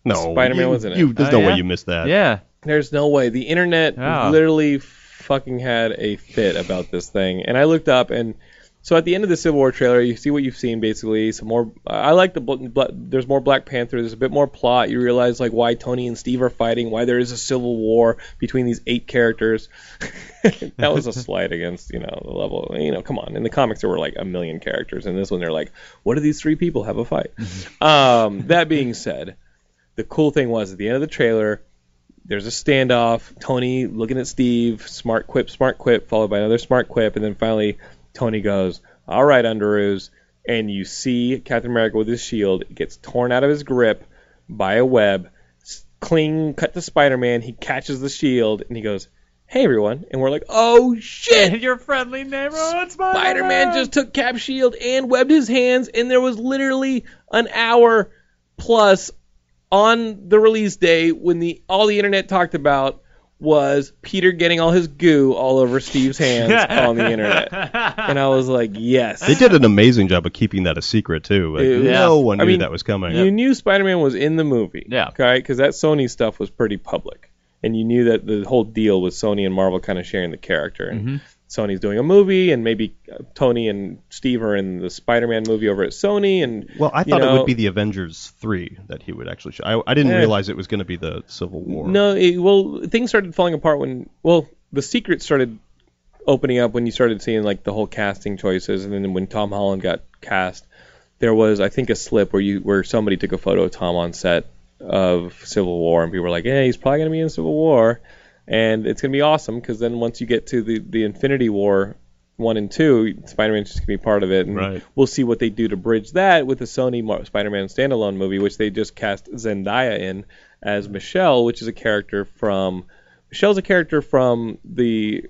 [SPEAKER 4] No,
[SPEAKER 2] Spider-Man
[SPEAKER 4] you-
[SPEAKER 2] was in it.
[SPEAKER 4] You, there's
[SPEAKER 3] Oh,
[SPEAKER 4] no
[SPEAKER 3] yeah?
[SPEAKER 4] way you missed that.
[SPEAKER 3] Yeah.
[SPEAKER 2] There's no way. The internet
[SPEAKER 3] Yeah.
[SPEAKER 2] literally fucking had a fit about this thing. And I looked up, and so at the end of the Civil War trailer, you see what you've seen basically. Some more. I like the. bl- bl- There's more Black Panther. There's a bit more plot. You realize like why Tony and Steve are fighting, why there is a civil war between these eight characters. that was a slight against you know the level. You know, come on. In the comics, there were like a million characters. In this one, they're like, what do these three people have a fight? um, that being said. The cool thing was at the end of the trailer, there's a standoff. Tony looking at Steve, smart quip, smart quip, followed by another smart quip, and then finally Tony goes, "All right, Underoos," and you see Captain America with his shield it gets torn out of his grip by a web. S- Cling, cut to Spider-Man. He catches the shield and he goes, "Hey, everyone!" And we're like, "Oh shit!"
[SPEAKER 3] Your friendly neighborhood
[SPEAKER 2] Spider Man just took Cap Shield and webbed his hands, and there was literally an hour plus on the release day when the all the internet talked about was Peter getting all his goo all over Steve's hands on the internet. And I was like, yes.
[SPEAKER 4] They did an amazing job of keeping that a secret too. Like,
[SPEAKER 2] It-
[SPEAKER 4] No one
[SPEAKER 2] I
[SPEAKER 4] knew
[SPEAKER 2] mean,
[SPEAKER 4] that was coming.
[SPEAKER 2] You knew Spider Man was in the movie.
[SPEAKER 3] Yeah.
[SPEAKER 2] Okay. Because that Sony stuff was pretty public. And you knew that the whole deal was Sony and Marvel kind of sharing the character. And Sony's doing a movie, and maybe uh, Tony and Steve are in the Spider Man movie over at Sony. And
[SPEAKER 4] Well, I
[SPEAKER 2] you
[SPEAKER 4] thought it
[SPEAKER 2] know-
[SPEAKER 4] would be the Avengers three that he would actually show. I, I didn't
[SPEAKER 2] Eh.
[SPEAKER 4] realize it was going to be the Civil War.
[SPEAKER 2] No, it, well, things started falling apart when well, the secret started opening up when you started seeing like the whole casting choices, and then when Tom Holland got cast, there was I think a slip where you where somebody took a photo of Tom on set of Civil War, and people were like, "Hey, he's probably gonna be in Civil War," and it's gonna be awesome because then once you get to the the Infinity War. One and two, Spider-Man's just gonna be part of it, and
[SPEAKER 4] Right.
[SPEAKER 2] we'll see what they do to bridge that with the Sony Mar- Spider-Man standalone movie, which they just cast Zendaya in as Michelle, which is a character from Michelle's a character from the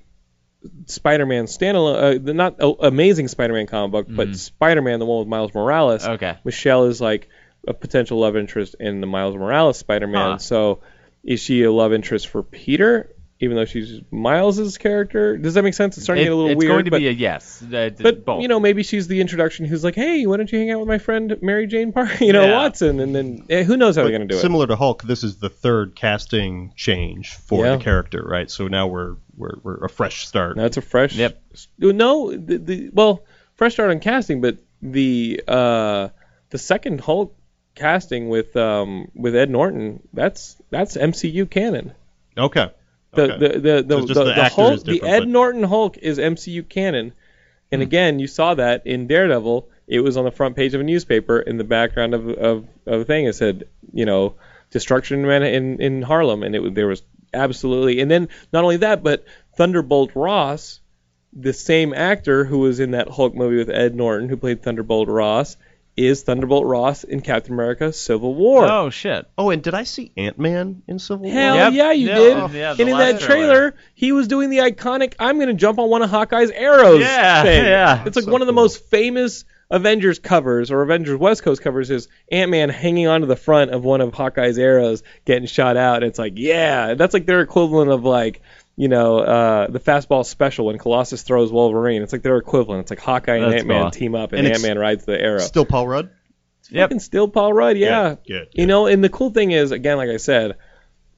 [SPEAKER 2] Spider-Man standalone, uh, the not oh, Amazing Spider-Man comic book, but Spider-Man, the one with Miles Morales.
[SPEAKER 3] Mm-hmm. Okay.
[SPEAKER 2] Michelle is like a potential love interest in the Miles Morales Spider-Man.
[SPEAKER 3] Huh.
[SPEAKER 2] So, is she a love interest for Peter, even though she's Miles's character? Does that make sense? It's starting
[SPEAKER 3] It-
[SPEAKER 2] to get a little
[SPEAKER 3] it's
[SPEAKER 2] weird.
[SPEAKER 3] going to
[SPEAKER 2] but,
[SPEAKER 3] be a yes. Uh, d-
[SPEAKER 2] but
[SPEAKER 3] both.
[SPEAKER 2] you know, maybe she's the introduction who's like, "Hey, why don't you hang out with my friend Mary Jane Park, you know,
[SPEAKER 3] Yeah.
[SPEAKER 2] Watson?" And then eh, who knows how they're gonna do it?
[SPEAKER 4] Similar to Hulk, this is the third casting change for
[SPEAKER 2] Yeah.
[SPEAKER 4] the character, right? So now we're we're, we're a fresh start.
[SPEAKER 2] That's a fresh.
[SPEAKER 3] Yep.
[SPEAKER 2] No, the, the well, fresh start on casting, but the uh, the second Hulk casting with um with Ed Norton, that's that's MCU canon.
[SPEAKER 4] okay.
[SPEAKER 2] The
[SPEAKER 4] Okay.
[SPEAKER 2] the the the,
[SPEAKER 4] So just
[SPEAKER 2] the,
[SPEAKER 4] the
[SPEAKER 2] the
[SPEAKER 4] actor
[SPEAKER 2] Hulk,
[SPEAKER 4] is
[SPEAKER 2] the
[SPEAKER 4] different,
[SPEAKER 2] Ed
[SPEAKER 4] but- Hmm.
[SPEAKER 2] Norton Hulk is MCU canon, and again, you saw that in Daredevil. It was on the front page of a newspaper in the background of of, of a thing. It said, you know, destruction in in, in Harlem, and it was- there was absolutely. And then not only that, but Thunderbolt Ross the same actor who was in that Hulk movie with Ed Norton, who played Thunderbolt Ross, is Thunderbolt Ross in Captain America: Civil War.
[SPEAKER 3] oh shit.
[SPEAKER 4] oh, and did I see Ant Man in Civil
[SPEAKER 2] Hell
[SPEAKER 4] War?
[SPEAKER 3] Yep.
[SPEAKER 2] yeah, you
[SPEAKER 3] Yeah,
[SPEAKER 2] did!
[SPEAKER 3] oh, yeah,
[SPEAKER 2] and
[SPEAKER 3] the
[SPEAKER 2] in
[SPEAKER 3] last
[SPEAKER 2] that trailer, he was doing the iconic "I'm going to jump on one of Hawkeye's arrows"
[SPEAKER 3] Yeah,
[SPEAKER 2] thing.
[SPEAKER 3] yeah.
[SPEAKER 2] It's like
[SPEAKER 4] So
[SPEAKER 2] one of the
[SPEAKER 4] cool.
[SPEAKER 2] most famous Avengers covers or Avengers West Coast covers is Ant-Man hanging onto the front of one of Hawkeye's arrows getting shot out. And it's like, yeah, that's like their equivalent of like. You know, uh, the fastball special when Colossus throws Wolverine. It's like their equivalent. It's like Hawkeye and
[SPEAKER 3] That's
[SPEAKER 2] Ant Man
[SPEAKER 3] cool.
[SPEAKER 2] team up, and,
[SPEAKER 4] And it's
[SPEAKER 2] Ant Man rides the arrow.
[SPEAKER 4] Still Paul Rudd.
[SPEAKER 3] Yep.
[SPEAKER 2] Fucking still Paul Rudd, yeah.
[SPEAKER 4] Good, good,
[SPEAKER 2] You
[SPEAKER 4] good.
[SPEAKER 2] know, and the cool thing is, again, like I said,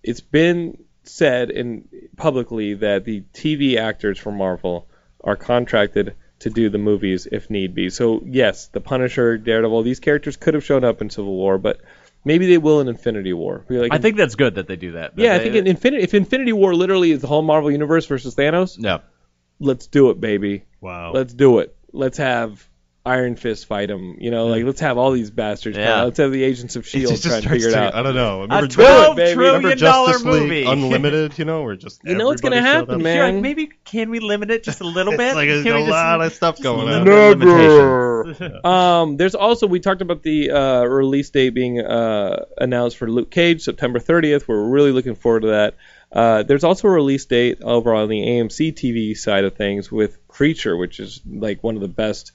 [SPEAKER 2] it's been said in publicly that the TV actors for Marvel are contracted to do the movies if need be. So yes, the Punisher, Daredevil, these characters could have shown up in Civil War, but maybe they will in Infinity War. Be like-
[SPEAKER 3] I think that's good that they do that. that
[SPEAKER 2] yeah, I
[SPEAKER 3] they-
[SPEAKER 2] think in Infinity, if Infinity War literally is the whole Marvel universe versus Thanos,
[SPEAKER 3] No.
[SPEAKER 2] let's do it, baby.
[SPEAKER 4] Wow.
[SPEAKER 2] Let's do it. Let's have Iron Fist fight him. You know, like let's have all these bastards.
[SPEAKER 3] Yeah.
[SPEAKER 2] Yeah. Let's have the Agents of Shield
[SPEAKER 4] just
[SPEAKER 2] E try and
[SPEAKER 4] starts
[SPEAKER 2] figure it
[SPEAKER 4] to-
[SPEAKER 2] out.
[SPEAKER 4] I don't know.
[SPEAKER 3] A
[SPEAKER 4] Remember,
[SPEAKER 3] twelve
[SPEAKER 2] baby.
[SPEAKER 3] trillion
[SPEAKER 4] remember
[SPEAKER 3] dollar
[SPEAKER 4] Justice League
[SPEAKER 3] movie.
[SPEAKER 4] Unlimited? You know, where just
[SPEAKER 2] You know it's gonna
[SPEAKER 4] everybody showed
[SPEAKER 2] happen,
[SPEAKER 4] up?
[SPEAKER 2] man.
[SPEAKER 3] You're like, maybe can we limit it just a little bit?
[SPEAKER 4] It's like there's
[SPEAKER 3] Can we
[SPEAKER 4] a
[SPEAKER 3] just-
[SPEAKER 4] lot of stuff going on.
[SPEAKER 2] Um, there's also we talked about the uh, release date being uh, announced for Luke Cage, September 30th. We're really looking forward to that. Uh, there's also a release date over on the AMC TV side of things with Creature, which is like one of the best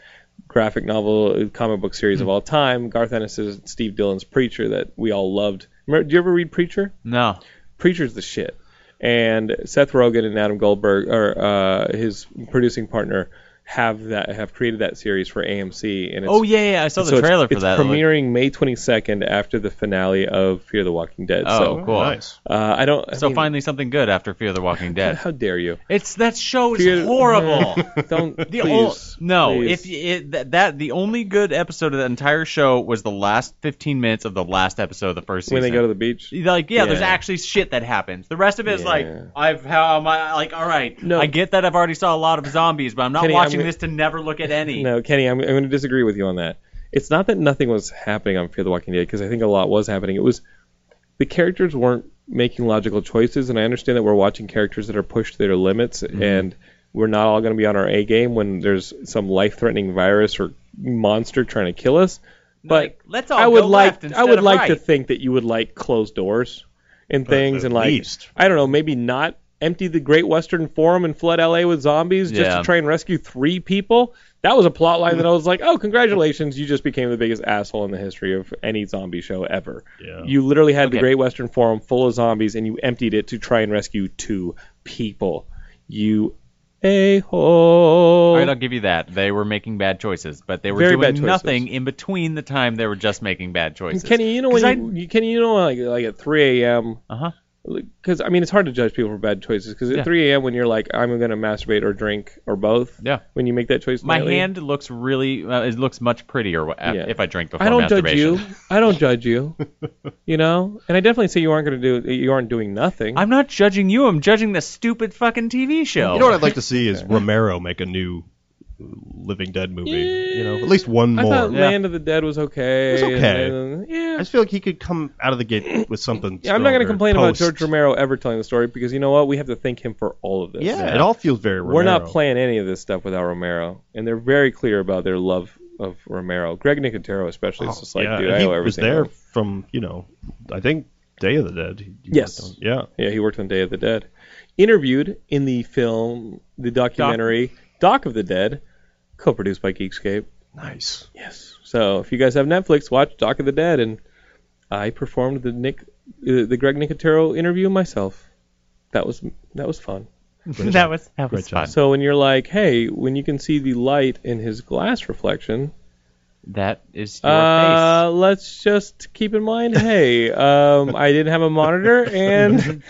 [SPEAKER 2] graphic novel uh, comic book series
[SPEAKER 4] Hmm.
[SPEAKER 2] of all time. Garth Ennis and Steve Dillon's Preacher that we all loved. Remember, do you ever read Preacher?
[SPEAKER 3] No.
[SPEAKER 2] Preacher's the shit. And Seth Rogen and Adam Goldberg, or uh, his producing partner, have that have created that series for AMC. And it's,
[SPEAKER 3] Oh yeah, yeah. I saw
[SPEAKER 2] so
[SPEAKER 3] the
[SPEAKER 2] it's-
[SPEAKER 3] trailer for
[SPEAKER 2] it's
[SPEAKER 3] that. It looked-
[SPEAKER 2] premiering May 22nd after the finale of Fear the Walking Dead.
[SPEAKER 3] Oh,
[SPEAKER 2] so
[SPEAKER 3] cool.
[SPEAKER 4] Nice.
[SPEAKER 2] uh, I don't. I
[SPEAKER 3] So
[SPEAKER 2] mean,
[SPEAKER 3] finally something good after Fear the Walking Dead.
[SPEAKER 2] How dare you?
[SPEAKER 3] It's that show is
[SPEAKER 2] Fear-
[SPEAKER 3] horrible.
[SPEAKER 2] Don't
[SPEAKER 3] The
[SPEAKER 2] please.
[SPEAKER 3] ol- no,
[SPEAKER 2] please.
[SPEAKER 3] if y- it, that, that the only good episode of the entire show was the last 15 minutes of the last episode of the first
[SPEAKER 2] when
[SPEAKER 3] season.
[SPEAKER 2] they go to the beach.
[SPEAKER 3] like yeah, there's
[SPEAKER 2] Yeah.
[SPEAKER 3] actually shit that happens. The rest of it is like
[SPEAKER 2] Yeah.
[SPEAKER 3] I've how am I like all right.
[SPEAKER 2] No.
[SPEAKER 3] I get that I've already saw a lot of zombies, but I'm not
[SPEAKER 2] Kenny, I'm
[SPEAKER 3] watching
[SPEAKER 2] gonna-
[SPEAKER 3] this to never look at any.
[SPEAKER 2] No, Kenny, I'm, I'm going to disagree with you on that. It's not that nothing was happening on Fear the Walking Dead because I think a lot was happening. It was the characters weren't making logical choices, and I understand that we're watching characters that are pushed to their limits,
[SPEAKER 3] Mm-hmm.
[SPEAKER 2] and we're not all going to be on our A game when there's some life-threatening virus or monster trying to kill us. But
[SPEAKER 3] Like, let's all
[SPEAKER 2] I would
[SPEAKER 3] go
[SPEAKER 2] like
[SPEAKER 3] left
[SPEAKER 2] I would
[SPEAKER 3] instead of
[SPEAKER 2] like to
[SPEAKER 3] right.
[SPEAKER 2] think that you would like closed doors and things
[SPEAKER 4] at
[SPEAKER 2] and like
[SPEAKER 4] least.
[SPEAKER 2] I don't know, maybe not emptied the Great Western Forum and fled LA with zombies just
[SPEAKER 3] Yeah.
[SPEAKER 2] to try and rescue three people. That was a plot line that I was like, oh, congratulations, you just became the biggest asshole in the history of any zombie show ever.
[SPEAKER 4] Yeah.
[SPEAKER 2] You literally had the
[SPEAKER 3] Okay.
[SPEAKER 2] Great Western Forum full of zombies and you emptied it to try and rescue two people. You a hole.
[SPEAKER 3] All right, I'll give you that. They were making bad choices, but they were
[SPEAKER 2] Very bad
[SPEAKER 3] doing
[SPEAKER 2] choices.
[SPEAKER 3] nothing in between the time they were just making bad choices.
[SPEAKER 2] Kenny, you know
[SPEAKER 3] 'Cause
[SPEAKER 2] when
[SPEAKER 3] I-
[SPEAKER 2] you, you Kenny, you know like like at 3 a.m.
[SPEAKER 3] Uh-huh.
[SPEAKER 2] Because I mean, it's hard to judge people for bad choices. Because at
[SPEAKER 3] Yeah.
[SPEAKER 2] 3 a.m. when you're like, I'm gonna masturbate or drink or both.
[SPEAKER 3] Yeah.
[SPEAKER 2] When you make that choice.
[SPEAKER 3] My
[SPEAKER 2] nightly.
[SPEAKER 3] hand looks really. Uh, it looks much prettier wh- af-
[SPEAKER 2] Yeah.
[SPEAKER 3] if I drink before
[SPEAKER 2] I don't judge
[SPEAKER 3] masturbation.
[SPEAKER 2] you. I don't judge you. You know, and I definitely say you aren't gonna do. You aren't doing nothing.
[SPEAKER 3] I'm not judging you. I'm judging the stupid fucking TV show.
[SPEAKER 4] You know what I'd like to see is Romero make a new Living Dead movie. You know, at least one
[SPEAKER 2] I
[SPEAKER 4] more.
[SPEAKER 2] thought
[SPEAKER 3] Yeah.
[SPEAKER 2] Land of the Dead was okay.
[SPEAKER 4] It's okay.
[SPEAKER 2] and then- yeah.
[SPEAKER 4] I just feel like he could come out of the gate with something.
[SPEAKER 2] Yeah, I'm not going to
[SPEAKER 4] stronger.
[SPEAKER 2] complain
[SPEAKER 4] Post.
[SPEAKER 2] about George Romero ever telling the story because you know what? We have to thank him for all of this.
[SPEAKER 4] Yeah, it all feels very. Romero.
[SPEAKER 2] We're not playing any of this stuff without Romero, and they're very clear about their love of Romero. Greg Nicotero, especially, is just like,
[SPEAKER 4] Oh, yeah,
[SPEAKER 2] dude,
[SPEAKER 4] and
[SPEAKER 2] I
[SPEAKER 4] he
[SPEAKER 2] owe everything.
[SPEAKER 4] was
[SPEAKER 2] to
[SPEAKER 4] there
[SPEAKER 2] him.
[SPEAKER 4] from you know, I think Day of the Dead. He- he
[SPEAKER 2] Yes.
[SPEAKER 4] worked on- Yeah.
[SPEAKER 2] Yeah, he worked on Day of the Dead. Interviewed in the film, the documentary Doc, of the Dead, co-produced by Geekscape.
[SPEAKER 4] Nice.
[SPEAKER 2] Yes. So if you guys have Netflix, watch Doc of the Dead, and I performed the Nick, uh, the Greg Nicotero interview myself. That was that was fun.
[SPEAKER 3] that was that was
[SPEAKER 4] Great job.
[SPEAKER 3] fun.
[SPEAKER 2] So when you're like, hey, when you can see the light in his glass reflection,
[SPEAKER 3] That is your face.
[SPEAKER 2] uh, let's just keep in mind, hey, um, I didn't have a monitor, and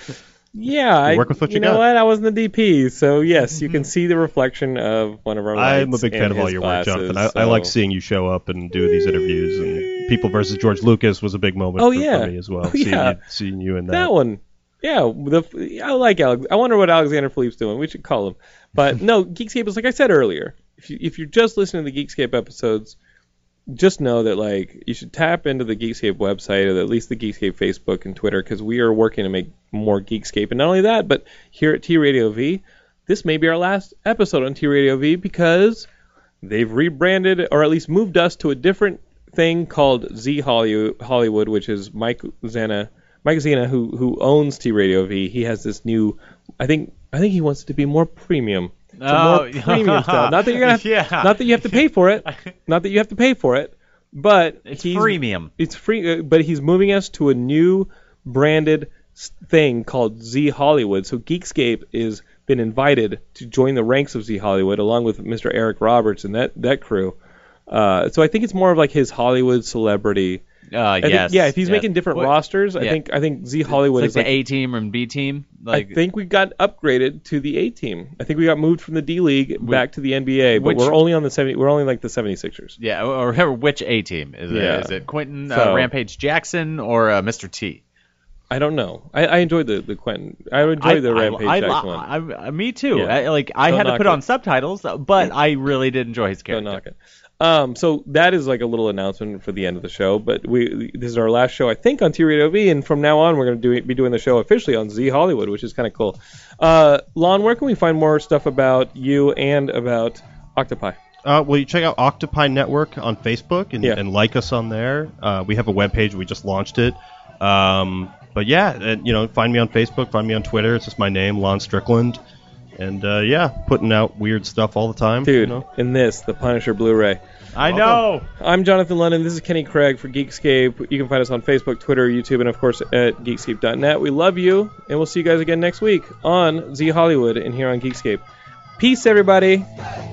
[SPEAKER 2] yeah, I,
[SPEAKER 4] work with what you
[SPEAKER 2] know
[SPEAKER 4] got. Mm-hmm.
[SPEAKER 2] what, I wasn't the DP, so yes, you can see the reflection of one of our.
[SPEAKER 4] I'm a
[SPEAKER 2] lights
[SPEAKER 4] big
[SPEAKER 2] in
[SPEAKER 4] fan of all
[SPEAKER 2] his
[SPEAKER 4] your
[SPEAKER 2] glasses,
[SPEAKER 4] work, Jonathan. I, I like
[SPEAKER 2] so-
[SPEAKER 4] seeing you show up and do these interviews. And People versus George Lucas was a big moment
[SPEAKER 2] Oh,
[SPEAKER 4] for, for
[SPEAKER 2] yeah.
[SPEAKER 4] me as well.
[SPEAKER 2] Oh,
[SPEAKER 4] seeing,
[SPEAKER 2] yeah.
[SPEAKER 4] you, seeing you in that.
[SPEAKER 2] that one. Yeah, the I like Alex. I wonder what Alexander Philippe's doing. We should call him. But no, Geekscape is like I said earlier. If you if you're just listening to the Geekscape episodes, just know that like you should tap into the Geekscape website or at least the Geekscape Facebook and Twitter because we are working to make more Geekscape. And not only that, but here at T Radio V, this may be our last episode on T Radio V because they've rebranded or at least moved us to a different thing called Z Hollywood, Hollywood which is Mike Zana, Mike Zana, who who owns T Radio V. He has this new, I think I think he wants it to be more premium. It's a more
[SPEAKER 3] Oh,
[SPEAKER 2] premium style. Not that you're gonna, have,
[SPEAKER 3] yeah.
[SPEAKER 2] not that you have to pay for it, not that you have to pay for it, but
[SPEAKER 3] It's
[SPEAKER 2] he's-
[SPEAKER 3] freemium.
[SPEAKER 2] It's free, uh, but he's moving us to a new branded s- thing called Z Hollywood. So Geekscape is been invited to join the ranks of Z Hollywood along with Mr. Eric Roberts and that that crew. Uh, so I think it's more of like his Hollywood celebrity.
[SPEAKER 3] Uh,
[SPEAKER 2] I think-
[SPEAKER 3] yes.
[SPEAKER 2] yeah, if he's
[SPEAKER 3] yes.
[SPEAKER 2] making different
[SPEAKER 3] What-
[SPEAKER 2] rosters, I
[SPEAKER 3] yeah.
[SPEAKER 2] think I think Z Hollywood
[SPEAKER 3] It's
[SPEAKER 2] is
[SPEAKER 3] like the
[SPEAKER 2] like
[SPEAKER 3] A team and B team. Like
[SPEAKER 2] I think we got upgraded to the A team. I think we got moved from the D League back to the NBA, but
[SPEAKER 3] which-
[SPEAKER 2] we're only on the 70 we're only like the 76ers.
[SPEAKER 3] yeah, or, or which A team is
[SPEAKER 2] Yeah.
[SPEAKER 3] it? Is it Quentin
[SPEAKER 2] So-
[SPEAKER 3] uh, Rampage Jackson or uh, Mr. T?
[SPEAKER 2] I don't know. I, I enjoyed the the Quentin. I enjoyed the Rampage
[SPEAKER 3] I,
[SPEAKER 2] Jackson
[SPEAKER 3] I,
[SPEAKER 2] one.
[SPEAKER 3] I, I, me too.
[SPEAKER 2] Yeah.
[SPEAKER 3] I, like I
[SPEAKER 2] Don't
[SPEAKER 3] had to
[SPEAKER 2] knock
[SPEAKER 3] put
[SPEAKER 2] it.
[SPEAKER 3] on subtitles, but I really did enjoy his
[SPEAKER 2] Don't
[SPEAKER 3] character.
[SPEAKER 2] knock it. Um, so that is like a little announcement for the end of the show. But we this is our last show, I think, on T-Radio V, and from now on we're going to do, be doing the show officially on Z Hollywood, which is kind of cool. Uh, Lon, where can we find more stuff about you and about Octopi?
[SPEAKER 4] Uh, well, you check out Octopi Network on Facebook and,
[SPEAKER 2] Yeah.
[SPEAKER 4] and like us on there. Uh, we have a webpage. We just launched it. Um, but yeah, and, you know, find me on Facebook. Find me on Twitter. It's just my name, Lon Strickland. And uh, yeah, putting out weird stuff all the time. you
[SPEAKER 2] Dude,
[SPEAKER 4] know?
[SPEAKER 2] in this, the Punisher Blu-ray.
[SPEAKER 3] I know.
[SPEAKER 2] I'm Jonathan Lennon. This is Kenny Craig for Geekscape. You can find us on Facebook, Twitter, YouTube, and of course at geekscape.net. We love you, and we'll see you guys again next week on Z Hollywood and here on Geekscape. Peace, everybody.
[SPEAKER 1] Hey,